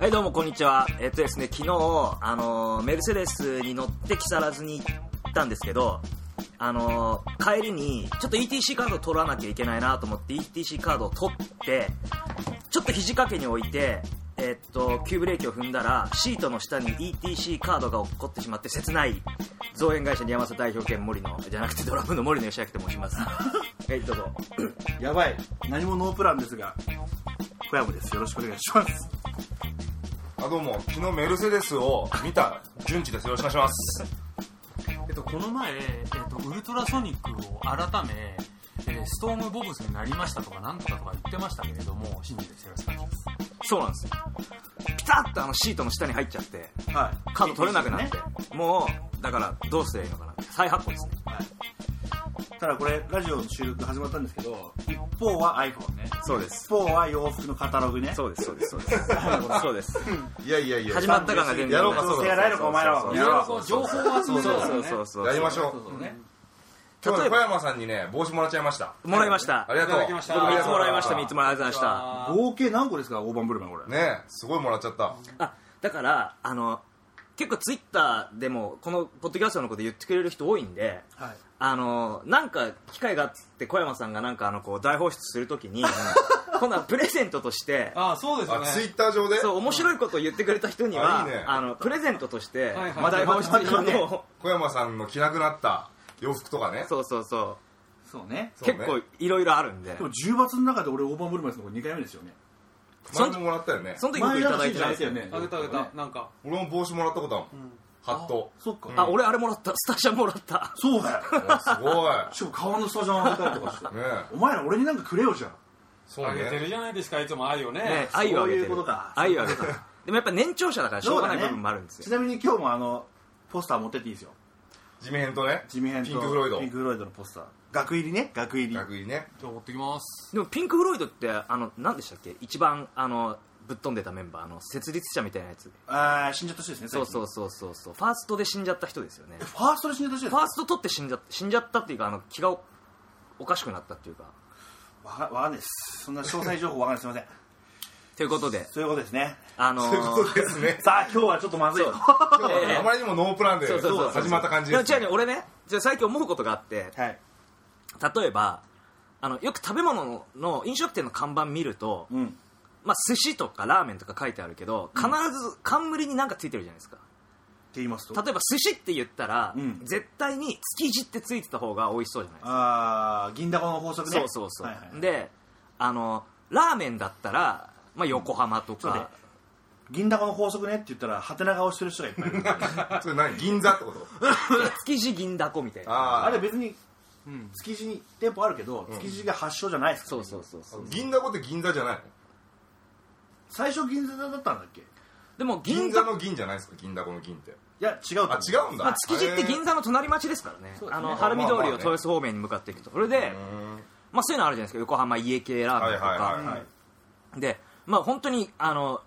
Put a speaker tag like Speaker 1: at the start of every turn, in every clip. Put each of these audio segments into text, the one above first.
Speaker 1: はい、どうも、こんにちは。えっとですね、昨日、あのー、メルセデスに乗って木更津に行ったんですけど、あのー、帰りに、ちょっと ETC カードを取らなきゃいけないなと思って、ETC カードを取って、ちょっと肘掛けに置いて、えっと、急ブレーキを踏んだら、シートの下に ETC カードが落っこってしまって、切ない、造園会社に山瀬代表権森の、じゃなくてドラムの森の義明と申します。はい、どうぞ。
Speaker 2: やばい何もノープランですが小山ですよろしくお願いします
Speaker 3: あどうも昨日メルセデスを見た順次ですよろしくお願いします
Speaker 4: えっと、この前、えっと、ウルトラソニックを改め、えーストームボブスになりましたとかなんとかとか言ってましたけれども真実ですよろしくお願いします
Speaker 1: そうなんですよ。ピタッとあのシートの下に入っちゃって、
Speaker 2: はい
Speaker 1: カード取れなくなって、もうだからどうすりゃいいのかな再発行ですね
Speaker 2: ただこれラジオの収録始まったんですけど一方は iPhone ね
Speaker 1: そうで
Speaker 2: 一方は洋服のカタログね
Speaker 1: そうですそうですそうです そうです
Speaker 3: いやいやいや
Speaker 1: 始まった感が全然
Speaker 3: やろうかそう
Speaker 2: や
Speaker 3: だ
Speaker 2: らないのかお前らは
Speaker 1: そう
Speaker 4: いろいろこう情報は集め
Speaker 1: そう
Speaker 4: なが
Speaker 1: そ
Speaker 4: ら
Speaker 1: う
Speaker 4: ね
Speaker 1: そうそう
Speaker 3: やりましょ
Speaker 2: そううそうね
Speaker 3: 今日
Speaker 1: 例え
Speaker 3: ね小
Speaker 1: ば
Speaker 3: 山さんにね帽子もらっちゃいました
Speaker 1: もらいました
Speaker 3: ありがとう
Speaker 4: いただきました
Speaker 3: 僕
Speaker 1: 3つもらいました
Speaker 3: あり
Speaker 1: 3
Speaker 3: がと
Speaker 1: つもらいました
Speaker 2: 合計何個ですか大盤振る舞いこれ
Speaker 3: うねすごいもらっちゃった
Speaker 1: あだからあの結構ツイッターでもこのポッドキャストのこと言ってくれる人多いんで
Speaker 2: はい
Speaker 1: あのなんか機会があって小山さんがなんかあのこう大放出するときに今度はプレゼントとして
Speaker 4: ああそうですよ
Speaker 3: あ
Speaker 4: ね
Speaker 3: ツイッター上で
Speaker 1: そう面白いことを言ってくれた人には
Speaker 3: あいいね
Speaker 1: あのプレゼントとして
Speaker 4: はいはい
Speaker 1: まあ大放出品の
Speaker 3: 小山さんの着なくなった洋服とかね
Speaker 1: そうそうそ
Speaker 2: そうね
Speaker 1: う
Speaker 3: そうね
Speaker 1: 結構いろいろあるんで
Speaker 2: でも10月の中で俺大盤振る舞いするのこれ2回目ですよね
Speaker 3: 前ももらったよね
Speaker 1: その時僕いただいてないですよ
Speaker 2: 前
Speaker 4: あげたあげたなんか
Speaker 3: 俺も帽子もらったことあるもんハット
Speaker 2: そっか
Speaker 1: あ俺あれもらったスタジャンもらった
Speaker 2: そうだよ
Speaker 3: あすごい
Speaker 2: しかも革のスタジャンあげたりとかして
Speaker 3: ね
Speaker 2: お前ら俺になんかくれよじゃん
Speaker 3: そう
Speaker 4: あげて
Speaker 3: ね
Speaker 4: るじゃないですかいつも愛をね
Speaker 1: ね愛をあげて
Speaker 2: そういうこ
Speaker 1: る
Speaker 2: とか
Speaker 1: 愛をあげてるでもやっぱ年長者だからしょうがない
Speaker 2: そうだ
Speaker 1: 部
Speaker 2: ね
Speaker 1: 分もあるんです
Speaker 2: ち
Speaker 1: よ
Speaker 2: なみに今日もあのポスター持ってっていいですよ
Speaker 3: 地面編とね
Speaker 2: 地味編と
Speaker 3: ピンク・フロイド
Speaker 2: ピンク・フロイドのポスター額入りね額入り
Speaker 3: 逆にね
Speaker 4: 今日持ってきます
Speaker 1: でもピンク・フロイドってあの何でしたっけ一番あのぶっ飛んでたメンバーの設立者みたいなやつ
Speaker 2: ああ死んじゃった人ですね
Speaker 1: そうそううそうそうそうファーストで死んじゃった人ですよね
Speaker 2: ファーストで死んじゃった人で
Speaker 1: フ
Speaker 2: す
Speaker 1: ァースト取って死んじゃ死んじゃったっていうかあの気がおおかしくなったっていうか
Speaker 2: わかわかんないですそんな詳細情報わかんないすいません
Speaker 1: ということで
Speaker 2: そういうことですね
Speaker 1: あのー
Speaker 3: ということです ね
Speaker 2: さあ今日はちょっとまずいよ
Speaker 3: 今日はねあまりにもノープランで
Speaker 1: そうそうそう
Speaker 3: 始まった感じです
Speaker 1: でも違うね俺ねじゃあ最近思うことがあって
Speaker 2: はい
Speaker 1: 例えばあのよく食べ物のの飲食店の看板見ると、
Speaker 2: うん
Speaker 1: まあ、寿司とかラーメンとか書いてあるけど必ず冠に何かついてるじゃないですか
Speaker 2: って言いますと
Speaker 1: 例えば寿司って言ったら、
Speaker 2: うん
Speaker 1: 絶対に築地ってついてた方が美味しそうじゃないですか
Speaker 2: ああ銀だこの法則ね
Speaker 1: そうそうそう、
Speaker 2: はいはい
Speaker 1: であのラーメンだったら、まあ、横浜と
Speaker 2: そう
Speaker 1: か
Speaker 2: だ、銀だこの法則ねって言ったらハテナ顔してる人がいっぱいい る
Speaker 3: それ何銀座ってこと
Speaker 1: 築地銀だこみたいな
Speaker 3: あ
Speaker 2: あれ
Speaker 3: あ
Speaker 2: 別に
Speaker 4: うん
Speaker 2: 築地に店舗あるけど築地が発祥じゃないですか
Speaker 1: そ
Speaker 2: ら
Speaker 1: う
Speaker 2: ね
Speaker 1: そうそうそう
Speaker 3: 銀だこって銀座じゃないの
Speaker 2: 最初銀座だったんだっけい
Speaker 1: でも銀
Speaker 3: 銀
Speaker 1: 座
Speaker 3: 座の銀じゃないですか銀だこの銀って
Speaker 2: や違うと思
Speaker 3: あ違うんだ
Speaker 1: まあ、築地って銀座の隣町ですからね
Speaker 2: そうです
Speaker 1: あ
Speaker 2: ね
Speaker 1: の晴海通り
Speaker 3: ま
Speaker 1: を
Speaker 3: あまあね
Speaker 1: 豊洲方面に向かっていくとそれで、まあ、そういうのあるじゃないですか横浜家系ラーメンとか、
Speaker 3: はいはいは
Speaker 2: はい
Speaker 1: で、まあ、本当にあの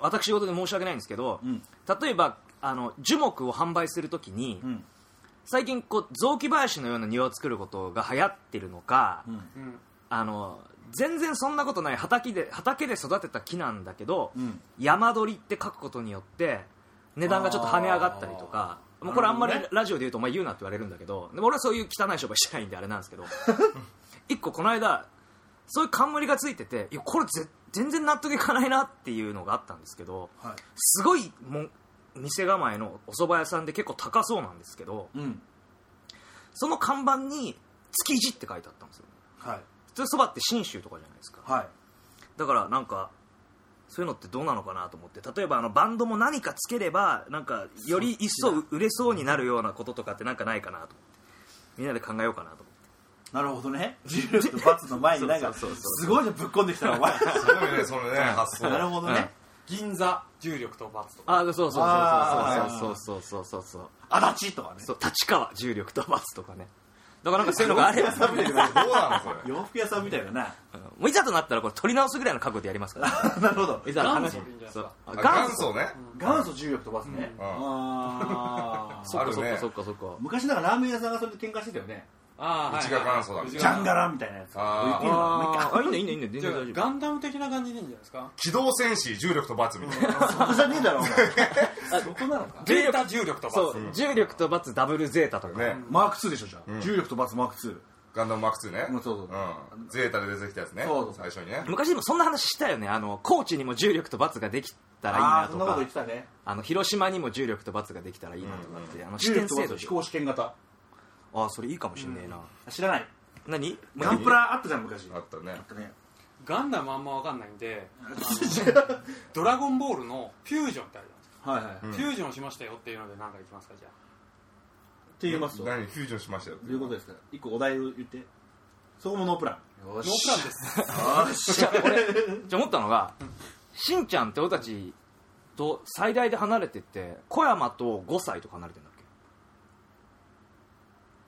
Speaker 1: 私事で申し訳ないんですけど、
Speaker 2: ん
Speaker 1: 例えばあの樹木を販売するときに、
Speaker 2: ん
Speaker 1: 最近こう雑木林のような庭を作ることが流行ってるのか、
Speaker 2: ん
Speaker 4: うん
Speaker 1: あの全然そんなことない畑で畑で育てた木なんだけど、
Speaker 2: うん
Speaker 1: 山鳥って書くことによって値段がちょっと跳ね上がったりとかもうこれあんまり
Speaker 2: なるほ
Speaker 1: ラジオで言うとお前言うなって言われるんだけどでも俺はそういう汚い商売してないんであれなんですけど一個この間そういう冠がついてていやこれぜ全然納得いかないなっていうのがあったんですけど
Speaker 2: は
Speaker 1: すごいもん店構えのお蕎麦屋さんで結構高そうなんですけど
Speaker 2: いうん
Speaker 1: その看板に「築地」って書いてあったんですよ
Speaker 2: はい
Speaker 1: 普通そばって信州とかじゃないですか
Speaker 2: はい
Speaker 1: だからなんかそういうのってどうなのかなと思って例えばあのバンドも何かつければなんかより一層売れそうになるようなこととかってなんかないかなと思ってみんなで考えようかなと思って
Speaker 2: なるほど ね自由と罰の前になんか
Speaker 1: そうそうそうそう
Speaker 2: すごいじゃんぶっこんできたらお前
Speaker 3: すごいねそのね発想
Speaker 2: なるほどね
Speaker 4: 銀座重力と罰とか
Speaker 1: あそうそう
Speaker 2: あー
Speaker 1: そうそうそうそうそうそう
Speaker 2: 足立とかね
Speaker 1: そう立川重力とバスとかねだからなんかそういうのがあれば
Speaker 2: サブレ
Speaker 3: ど
Speaker 2: で
Speaker 3: うなのそれ
Speaker 2: 洋服屋さんみたいだな
Speaker 1: もういざとなったらこれ取り直すぐらいの覚悟でやりますから
Speaker 2: なるほど
Speaker 1: いざ話
Speaker 4: 元祖でいいんじゃないです
Speaker 1: そう
Speaker 4: か
Speaker 1: あ
Speaker 3: あ元祖ね
Speaker 2: 元祖重力とバスね
Speaker 3: うん
Speaker 2: あー
Speaker 1: そっかそっ
Speaker 3: ある
Speaker 1: か
Speaker 3: ね
Speaker 1: そっかそっか
Speaker 2: 昔なんかラーメン屋さんがそれで喧嘩してたよね
Speaker 4: ああ、はい。
Speaker 3: 内が元祖だみたい
Speaker 2: ジャンガラみたいなやつ。
Speaker 3: あー
Speaker 1: あーあいいねいいねいいね全
Speaker 4: じゃ
Speaker 1: 然
Speaker 4: あ
Speaker 1: 大丈
Speaker 4: ガンダム的な感じでいいんじゃないですか
Speaker 3: 機動戦士重力と罰みたいな
Speaker 2: そこじゃねえだろ、お前。
Speaker 4: そこなのか
Speaker 1: 重力
Speaker 4: データ重力と
Speaker 1: 夫
Speaker 4: か。
Speaker 1: そう重力と罰ダブルゼータとか
Speaker 3: ね
Speaker 2: マーク2でしょ、じゃあ。重力と罰マーク2。
Speaker 3: ガンダムマーク2ね
Speaker 2: うんそうそう
Speaker 3: うんゼータで出てきたやつね
Speaker 2: そうそう
Speaker 3: 最初にね
Speaker 1: 昔でもそんな話したよねあの高知にも重力と罰ができたらいい
Speaker 2: あ
Speaker 1: な
Speaker 2: あ、そ
Speaker 1: と
Speaker 2: んなこと
Speaker 1: か
Speaker 2: 言ってたね。
Speaker 1: あの広島にも重力と罰ができたらいいなとかって、あの視
Speaker 2: 重
Speaker 1: 点
Speaker 2: 力と
Speaker 1: 制
Speaker 2: 罰
Speaker 1: 度
Speaker 2: の飛行試験型。
Speaker 1: ああそれいいかもしんねえな、
Speaker 2: 知らない。
Speaker 1: 何
Speaker 2: ガンプラあったじゃん、昔。
Speaker 3: あったね
Speaker 2: あったね。
Speaker 4: ガンダムあんまわかんないん で、あのドラゴンボールのフュージョンってあるじゃないですか。
Speaker 2: はいはい。って
Speaker 4: フュージョンしましたよっていうので何かいきますか、じゃ
Speaker 2: 言いますと、ど
Speaker 3: 何フュージョンしましたよ
Speaker 2: ういうことですか一個お題を言って。そこもノープラン。
Speaker 4: あ。ノープランです。
Speaker 1: じゃあ俺じゃあ思ったのがしんちゃんって俺たちと最大で離れてって小山と5歳とか離れてんだっ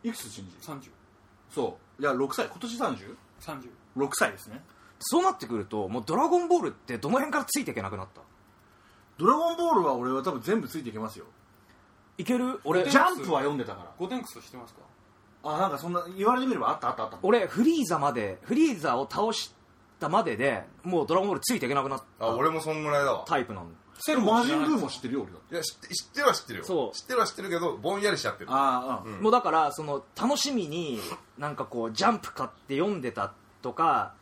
Speaker 1: け
Speaker 2: いくつ新人
Speaker 4: 30、
Speaker 2: そう。いや、6歳。今年 30?
Speaker 4: 30。
Speaker 2: 6歳ですね。
Speaker 1: そうなってくるともう「ドラゴンボール」ってどの辺からついていけなくなった
Speaker 2: ドラゴンボールは俺は多分全部ついていけますよ。
Speaker 1: いける俺
Speaker 4: え
Speaker 2: ジャンプは読んでたから。
Speaker 4: ゴテンクス知ってますか
Speaker 2: あ、なんかそんな、言われてみればあったあったあった。
Speaker 1: 俺フリーザまでフリーザを倒したまででもう「ドラゴンボール」ついていけなくなっ
Speaker 3: あ
Speaker 1: た
Speaker 3: 俺もそんぐらいだわ
Speaker 1: タイプなの
Speaker 4: セル
Speaker 2: マ
Speaker 4: も
Speaker 2: ジ
Speaker 4: 知
Speaker 2: ン
Speaker 4: ら
Speaker 2: ブ
Speaker 4: ない
Speaker 2: ーも知ってるよ、俺だって。
Speaker 3: いや知って知ってるは知ってるよ
Speaker 1: そう
Speaker 3: 知ってるは知ってるけどぼんやりしちゃってる
Speaker 2: ああ、うん。
Speaker 1: もうだからその楽しみになんかこうジャンプ買って読んでたとか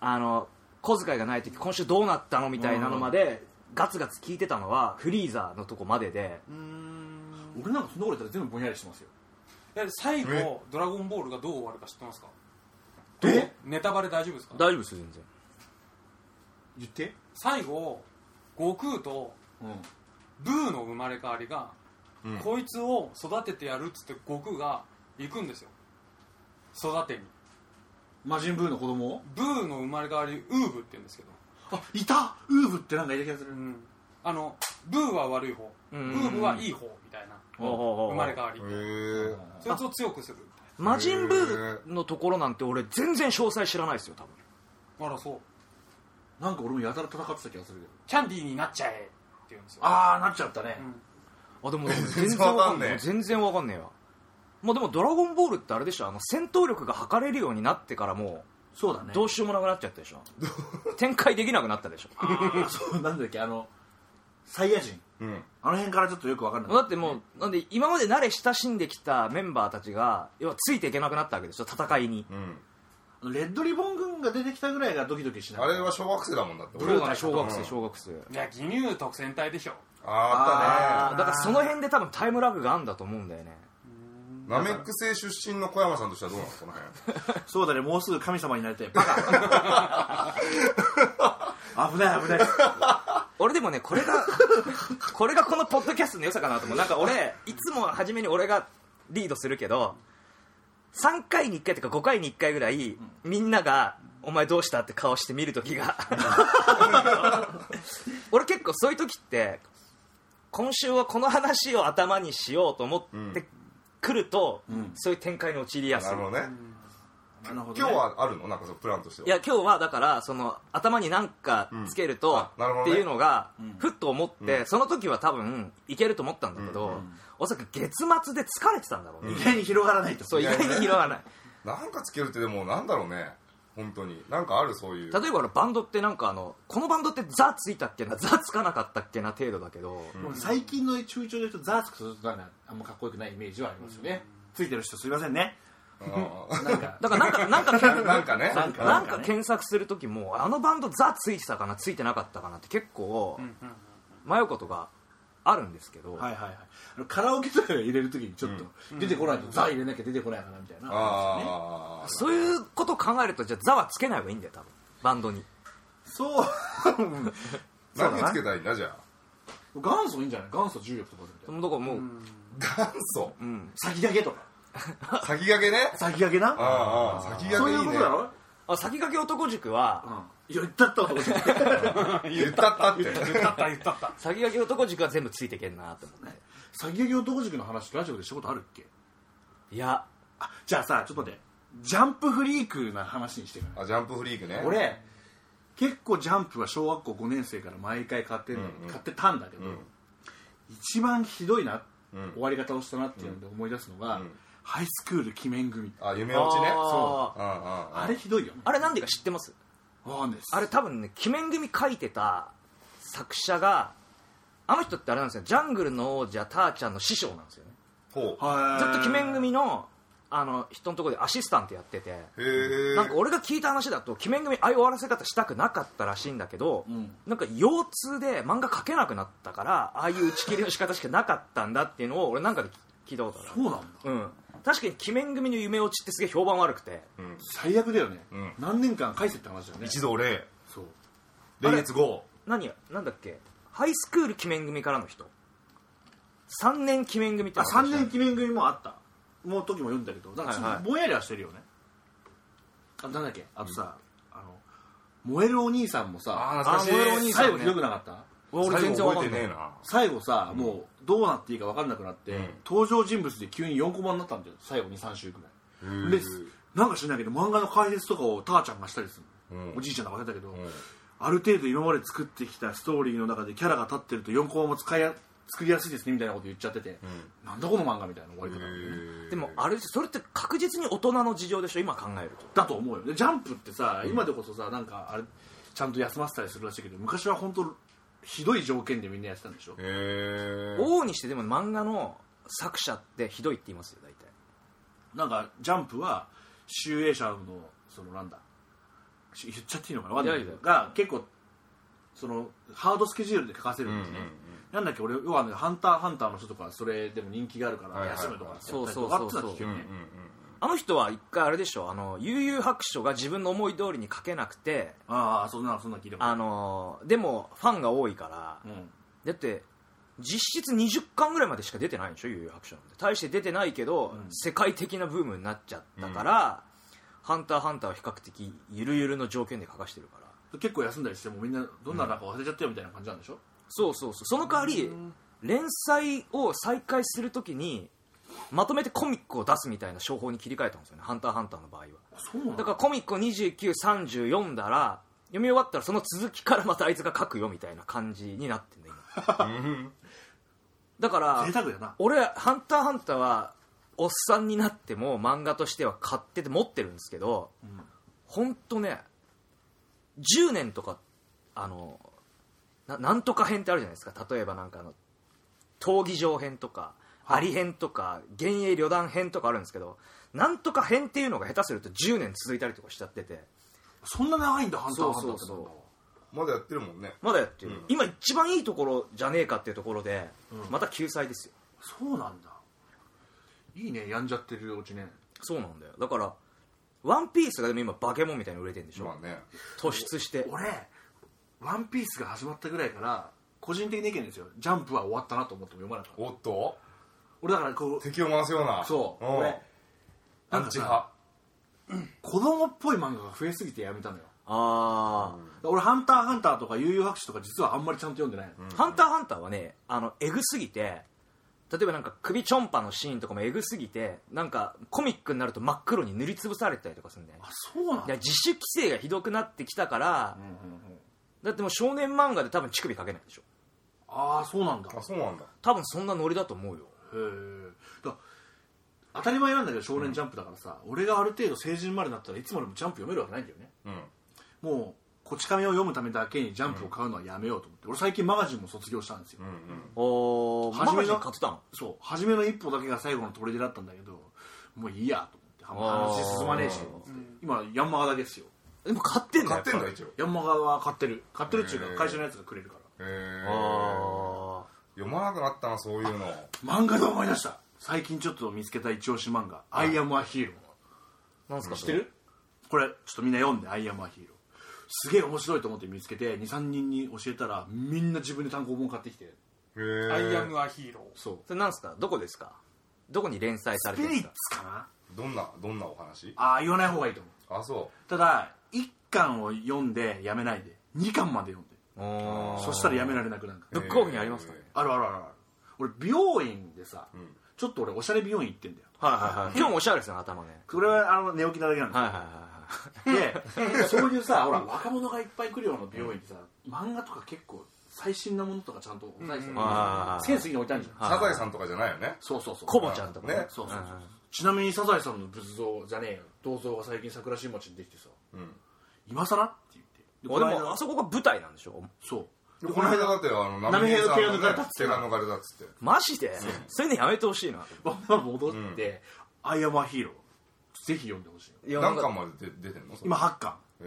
Speaker 1: あの小遣いがない時今週どうなったのみたいなのまでガツガツ聞いてたのはフリーザのとこまでで
Speaker 4: うーん。
Speaker 2: 俺なんかそんなこと言ったら全部ぼんやりしてますよ
Speaker 4: いや最
Speaker 3: え
Speaker 4: 後、ドラゴンボールがどう終わるか知ってますか
Speaker 2: え
Speaker 4: ネタバレ大丈夫ですか
Speaker 1: 大丈夫ですよ全然
Speaker 2: 言って
Speaker 4: 最後、悟空と
Speaker 2: うん
Speaker 4: ブーの生まれ変わりが、
Speaker 3: うん
Speaker 4: こいつを育ててやるっつって悟空が行くんですよ育てに
Speaker 2: 魔人ブーの子供
Speaker 4: ブーの生まれ変わりウーブって言うんですけど、
Speaker 2: あいたウーブってなんかいた気がする
Speaker 4: うんあのブーは悪い方ウ
Speaker 1: うん
Speaker 4: ーブはいい方みたいな生まれ変わり
Speaker 3: へえ
Speaker 4: そいつを強くするみたい
Speaker 1: 魔人ブーのところなんて俺全然詳細知らないですよ多分
Speaker 4: なあらそう
Speaker 2: なんか俺もやたら戦ってた気がするけど
Speaker 4: キャンディーになっちゃえって言うんですよ
Speaker 2: ああなっちゃったね
Speaker 4: うん
Speaker 1: あでも
Speaker 3: 全然わかんねえ
Speaker 1: 全然わかんねえわまあでも「ドラゴンボール」ってあれでしょあの戦闘力が測れるようになってからも
Speaker 2: そうだ
Speaker 1: う
Speaker 2: ね
Speaker 1: どうしようもなくなっちゃったでしょ展開できなくなったでしょ
Speaker 2: あー そうなんだっけあのサイヤ人
Speaker 3: うん
Speaker 2: あの辺からちょっとよくわかんない
Speaker 1: だってもうなんで今まで慣れ親しんできたメンバーたちが要はついていけなくなったわけでしょ戦いに
Speaker 3: うん
Speaker 2: あのレッドリボン軍が出てきたぐらいがドキドキしない
Speaker 3: あれは小学生だもんだって
Speaker 1: そ
Speaker 3: 俺
Speaker 1: うだね小学
Speaker 3: う
Speaker 1: 生
Speaker 3: ん
Speaker 1: 小学生
Speaker 4: いや義乳特選隊でしょ
Speaker 3: あ
Speaker 1: だ
Speaker 3: あ
Speaker 1: からその辺で多分タイムラグがあるんだと思うんだよね
Speaker 3: ったねナメック星出身の小山さんとしてはどうなのこの辺
Speaker 2: そうだねもうすぐ神様になりたいバカ危ない危ない
Speaker 1: 俺でもねこれ がこれがこのポッドキャストの良さかなと思うなんか俺いつも初めに俺がリードするけど3回に1回とか5回に1回ぐらいみんなが「お前どうした?」って顔して見る時 が俺結構そういう時って今週はこの話を頭にしようと思ってくると、
Speaker 2: ん
Speaker 1: そういう展開に陥りやすい
Speaker 3: なるほどね
Speaker 2: なるほどね
Speaker 3: 今日はあるのなんかそのプランとしてはい
Speaker 1: や今日はだからその頭に何かつけると、
Speaker 3: うんあなるほど
Speaker 1: っ
Speaker 3: ね
Speaker 1: ていうのが、
Speaker 2: ん
Speaker 1: ふっと思って、その時は多分いけると思ったんだけど、おそらく月末で疲れてたんだろうね、
Speaker 2: 意外に広がらないと
Speaker 1: そう意
Speaker 3: 意
Speaker 1: 外
Speaker 3: 外に
Speaker 1: に拾わない
Speaker 3: なんかつけるってでもなんだろうね本当になんかあるそういう
Speaker 1: 例えば俺バンドってなんかあのこのバンドってザついたっけなザつかなかったっけな程度だけど、
Speaker 2: でも最近の中長の人ザーツくするとなんかあんまかっこよくないイメージはありますよねついてる人すいませんね
Speaker 3: あー
Speaker 2: なんか
Speaker 1: だからなんかなんか
Speaker 3: なんかね
Speaker 1: なんか
Speaker 2: な
Speaker 1: なんん
Speaker 2: か
Speaker 1: か
Speaker 2: ね
Speaker 1: 検索する時もあのバンドザついてたかなついてなかったかなって結構
Speaker 4: うんうん
Speaker 1: 迷うことがあるんですけど、
Speaker 2: はいはいはいあのカラオケとか入れるときにちょっと出てこないと、ザ入れなきゃ出てこないかなみたいな
Speaker 3: ああ
Speaker 1: そういうことを考えるとじゃあザはつけない方がいいんだよ多分バンドに
Speaker 2: そうそうだ
Speaker 3: 何
Speaker 2: な
Speaker 3: つけたらいいんだじゃあ
Speaker 2: 元祖いいんじゃない元祖重力とかみ
Speaker 1: そ
Speaker 2: たいな
Speaker 1: のとこもう、
Speaker 3: 元祖
Speaker 1: うん、
Speaker 2: 先駆けとか
Speaker 3: 先駆けね
Speaker 2: 先駆けな
Speaker 3: あーあー先
Speaker 2: そう
Speaker 3: 駆
Speaker 2: い
Speaker 3: けいうい
Speaker 2: こ
Speaker 3: ね
Speaker 2: とだろ
Speaker 1: あ先駆け男塾は、
Speaker 2: うん言ったったわ
Speaker 3: 言ったったって
Speaker 4: 言ったった言ったった
Speaker 1: 先駆け男塾は全部ついていけんなと思って
Speaker 2: 先駆け男塾の話ラジオでしたことあるっけ
Speaker 1: いや
Speaker 2: あじゃあさちょっと待ってジャンプフリークな話にしてくれ
Speaker 3: あジャンプフリークね
Speaker 2: 俺結構ジャンプは小学校5年生から毎回買って,、んだ
Speaker 3: うんうん
Speaker 2: 買ってたんだけど、
Speaker 3: うん
Speaker 2: 一番ひどいな、
Speaker 3: うん
Speaker 2: 終わり方をしたなっていうので思い出すのが、
Speaker 3: うん
Speaker 2: ハイスクール鬼面組
Speaker 3: あ夢落ちね
Speaker 1: そう
Speaker 3: うんうんうん
Speaker 2: あれひどいよね
Speaker 1: あれなんでか知ってます
Speaker 2: わかんないです
Speaker 1: あれ多分ね鬼面組書いてた作者があの人ってあれなんですよジャングルの王者ターちゃんの師匠なんですよね
Speaker 3: ほう
Speaker 2: は
Speaker 1: ずっと鬼面
Speaker 2: 組
Speaker 1: 組のあの人のところでアシスタントやってて
Speaker 3: へえ
Speaker 1: なんか俺が聞いた話だと鬼面組ああいう終わらせ方したくなかったらしいんだけど、
Speaker 2: うん
Speaker 1: なんか腰痛で漫画描けなくなったからああいう打ち切りの仕方しかなかったんだっていうのを俺なんかで聞いたことある
Speaker 2: そうなんだ
Speaker 1: うん、確かに鬼面組の夢落ちってすげえ評判悪くて
Speaker 3: うん
Speaker 2: 最悪だよね
Speaker 3: うん
Speaker 2: 何年間返せって話だよね
Speaker 3: 一同礼
Speaker 2: そう
Speaker 3: 礼月号
Speaker 1: 何やなんだっけハイスクール鬼面組からの人3年鬼面組って
Speaker 2: あ
Speaker 1: のがあ
Speaker 2: 3
Speaker 1: るじゃん
Speaker 2: 年記念組もあったもう時も読んだけどなんかちょ
Speaker 1: はい
Speaker 2: っ
Speaker 1: は
Speaker 2: と
Speaker 1: い
Speaker 2: ぼんやりはしてるよね、あなんだっけあとさ、あの燃えるお兄さんもさ
Speaker 3: あー懐
Speaker 1: あー燃えるお
Speaker 3: かし
Speaker 1: 兄
Speaker 3: い
Speaker 1: さん
Speaker 2: 最後ひどくなかった
Speaker 1: 俺全
Speaker 3: 最
Speaker 1: 然
Speaker 3: 後
Speaker 1: わか
Speaker 3: 覚え
Speaker 1: ん
Speaker 3: て
Speaker 1: な
Speaker 3: ね
Speaker 1: い
Speaker 3: えな
Speaker 2: 最後さ、もうどうなっていいか分かんなくなって、
Speaker 3: うん
Speaker 2: 登場人物で急に4コマになったんだよ最後に3週くらい
Speaker 3: へえ
Speaker 2: でなんか知らないけど漫画の解説とかをターちゃんがしたりするの、
Speaker 3: うん
Speaker 2: おじいちゃんとかやったけど、
Speaker 3: うん
Speaker 2: ある程度今まで作ってきたストーリーの中でキャラが立ってると4コマも使いや作りやすいですねみたいなこと言っちゃってて、なんだこの漫画みたいな終わり方、
Speaker 1: でもあれですそれって確実に大人の事情でしょ今考えると
Speaker 2: だと思うよでジャンプってさ、今でこそさなんかあれちゃんと休ませたりするらしいけど昔は本当ひどい条件でみんなやってたんでしょ
Speaker 3: へえ
Speaker 1: 王にしてでも漫画の作者ってひどいって言いますよ大体
Speaker 2: なんかジャンプは集英社のそのなんだし言っちゃっていいのかなわかんないけど
Speaker 1: いやいや
Speaker 2: が結構そのハードスケジュールで書かせるんですね、なんだっけ俺要はね「ハンターハンター」の人とかそれでも人気があるか
Speaker 3: はい
Speaker 2: ら
Speaker 3: はいはい
Speaker 2: 休むとかってやったりとかってのは聞くよね
Speaker 1: あの人は一回あれでしょあの悠々白書が自分の思い通りに書けなくて
Speaker 2: ああそんなそんな聞いたこと
Speaker 1: あ
Speaker 2: あ
Speaker 1: のでもファンが多いから、
Speaker 2: るうん
Speaker 1: だって実質20巻ぐらいまでしか出てないんでしょ悠々白書なんて大して出てないけど、
Speaker 2: うん
Speaker 1: 世界的なブームになっちゃったから「ハンターハンター」は比較的ゆるゆるの条件で書かしてるから
Speaker 2: 結構休んだりしてもみんなどんな中忘れちゃったよみたいな感じなんでしょ、
Speaker 1: そうそうそうその代わり連載を再開するときにまとめてコミックを出すみたいな商法に切り替えたんですよね「ハンターハンター」の場合は
Speaker 2: そうなん
Speaker 1: だからコミックを2930読んだら読み終わったらその続きからまたあいつが書くよみたいな感じになってんだ今 だから
Speaker 2: 贅沢だな
Speaker 1: 俺「ハンターハンター」はおっさんになっても漫画としては買ってて持ってるんですけど本当、ほんとね10年とかあのななんとか編ってあるじゃないですか例えばなんかあの闘技場編とかアリ編とか幻影旅団編とかあるんですけどなんとか編っていうのが下手すると10年続いたりとかしちゃってて
Speaker 2: そんな長いんだハンターハンターって
Speaker 1: そうそうそ
Speaker 3: まだやってるもんね
Speaker 1: まだやってる、
Speaker 3: うん
Speaker 1: 今一番いいところじゃねえかっていうところで、
Speaker 2: うん
Speaker 1: また救済ですよ
Speaker 2: そうなんだいいねやんじゃってるうちね
Speaker 1: そうなんだよだから「ワンピースがでも今バケモンみたいに売れてるんでしょ、
Speaker 3: まあね
Speaker 1: 突出して
Speaker 2: 俺「ワンピースが始まったぐらいから個人的な意見ですよ「ジャンプ」は終わったなと思っても読まなかった
Speaker 3: おっと
Speaker 2: 俺だからこう
Speaker 3: 敵を回すような
Speaker 2: そう
Speaker 3: うん
Speaker 2: 俺
Speaker 3: ア
Speaker 2: なん
Speaker 3: ン
Speaker 2: か
Speaker 3: チ
Speaker 2: さ
Speaker 3: 派
Speaker 2: 子供っぽい漫画が増えすぎてやめたのよ
Speaker 1: ああ、
Speaker 2: だから俺「ハンターハンター」とか「悠々白書」とか実はあんまりちゃんと読んでないの、
Speaker 1: ハンターハンターはね、あの、えぐすぎて、例えばなんか首ちょんぱのシーンとかもえぐすぎて、なんかコミックになると真っ黒に塗りつぶされたりとかするんだよね
Speaker 2: あ。そうなん
Speaker 1: いや、
Speaker 2: だ
Speaker 1: 自主規制がひどくなってきたから
Speaker 2: う、んうんうん
Speaker 1: だってもう少年漫画で多分乳首かけないでしょ。
Speaker 2: ああそうなんだ
Speaker 3: あそうなんだ
Speaker 1: 多分そんなノリだと思うよ。
Speaker 2: へえだ当たり前なんだけど少年ジャンプだからさ、俺がある程度成人までなったらいつまでもジャンプ読めるわけないんだよね
Speaker 3: うん
Speaker 2: もうこち亀を読むためだけにジャンプを買うのはやめようと思って、俺最近マガジンも卒業したんですよ、
Speaker 3: うんうん
Speaker 1: おー、マガ
Speaker 2: 初め
Speaker 1: ジン
Speaker 2: の
Speaker 1: 買ってたの
Speaker 2: そう初めの一歩だけが最後の砦だったんだけどもういいやと思ってあんま話進まねえしと思って今ヤンマガだけですよ
Speaker 1: でも買ってんだ
Speaker 3: 買
Speaker 1: よ。
Speaker 3: ってんだ
Speaker 1: やぱり
Speaker 3: 一応
Speaker 2: ヤンマガは買ってる買ってるっていう
Speaker 3: へえ
Speaker 2: か会社のやつがくれるから
Speaker 3: へえ
Speaker 1: あ
Speaker 3: 読まなくなったなそういうの
Speaker 2: 漫画で思い出した最近ちょっと見つけた一押し漫画「アイアムアヒーロー」
Speaker 1: ー。なんすか知
Speaker 2: 知ってるこれちょっとみんな読んで「アイアムアヒーロー」すげえ面白いと思って見つけて23人に教えたらみんな自分で単行本買ってきて
Speaker 3: へえ
Speaker 4: アイアムアヒーロ
Speaker 2: そう
Speaker 1: それなんすかどこですかどこに連載され
Speaker 2: ス
Speaker 1: て
Speaker 2: ピ
Speaker 1: るんで
Speaker 2: リ
Speaker 1: す
Speaker 2: ッ
Speaker 1: か
Speaker 2: ツかな
Speaker 3: どんなどんなお話
Speaker 2: ああ言わない方がいいと思う
Speaker 3: あそ
Speaker 2: ただ1巻を読んでやめないで2巻まで読んで
Speaker 1: おー
Speaker 2: そしたらやめられなくなるか
Speaker 1: ブ
Speaker 2: ら
Speaker 3: う
Speaker 1: ックオフにありますかね
Speaker 2: あるあるあるある俺美容院でさ、
Speaker 3: ん
Speaker 2: ちょっと俺おしゃれ美容院行ってんだよ
Speaker 1: はいはいはい。今日もおしゃれですよね、頭ね。
Speaker 2: それはあの寝起きなだけなんだ
Speaker 1: はいはいはいはい。
Speaker 2: でそういうさほら若者がいっぱい来るような美容院ってさ漫画とか結構最新なものとかちゃんと押さえてたり
Speaker 1: あー
Speaker 2: センスに置いたんじゃん
Speaker 3: サザエさんとかじゃないよね
Speaker 2: そうそうそう
Speaker 1: コボちゃんとか
Speaker 3: ね
Speaker 2: そうそうそうちなみにサザエさんの仏像じゃねえよ銅像が最近桜新町にできてさ
Speaker 3: うん
Speaker 2: 今更って言ってで
Speaker 1: あ
Speaker 2: この
Speaker 1: で
Speaker 2: 間
Speaker 1: もあそこが舞台なんでしょ
Speaker 2: そう
Speaker 3: でこの間だってあの
Speaker 2: 波平の
Speaker 3: さん
Speaker 2: 手が
Speaker 3: ね
Speaker 2: 抜かれたっつって
Speaker 3: 手が抜かれたっつって
Speaker 1: マジでそういうのやめてほしいな
Speaker 2: 戻って「アイアムアヒーロー」ぜひ読んでほしい
Speaker 1: いや
Speaker 3: 何巻まで出出てんの
Speaker 2: 今8巻
Speaker 3: え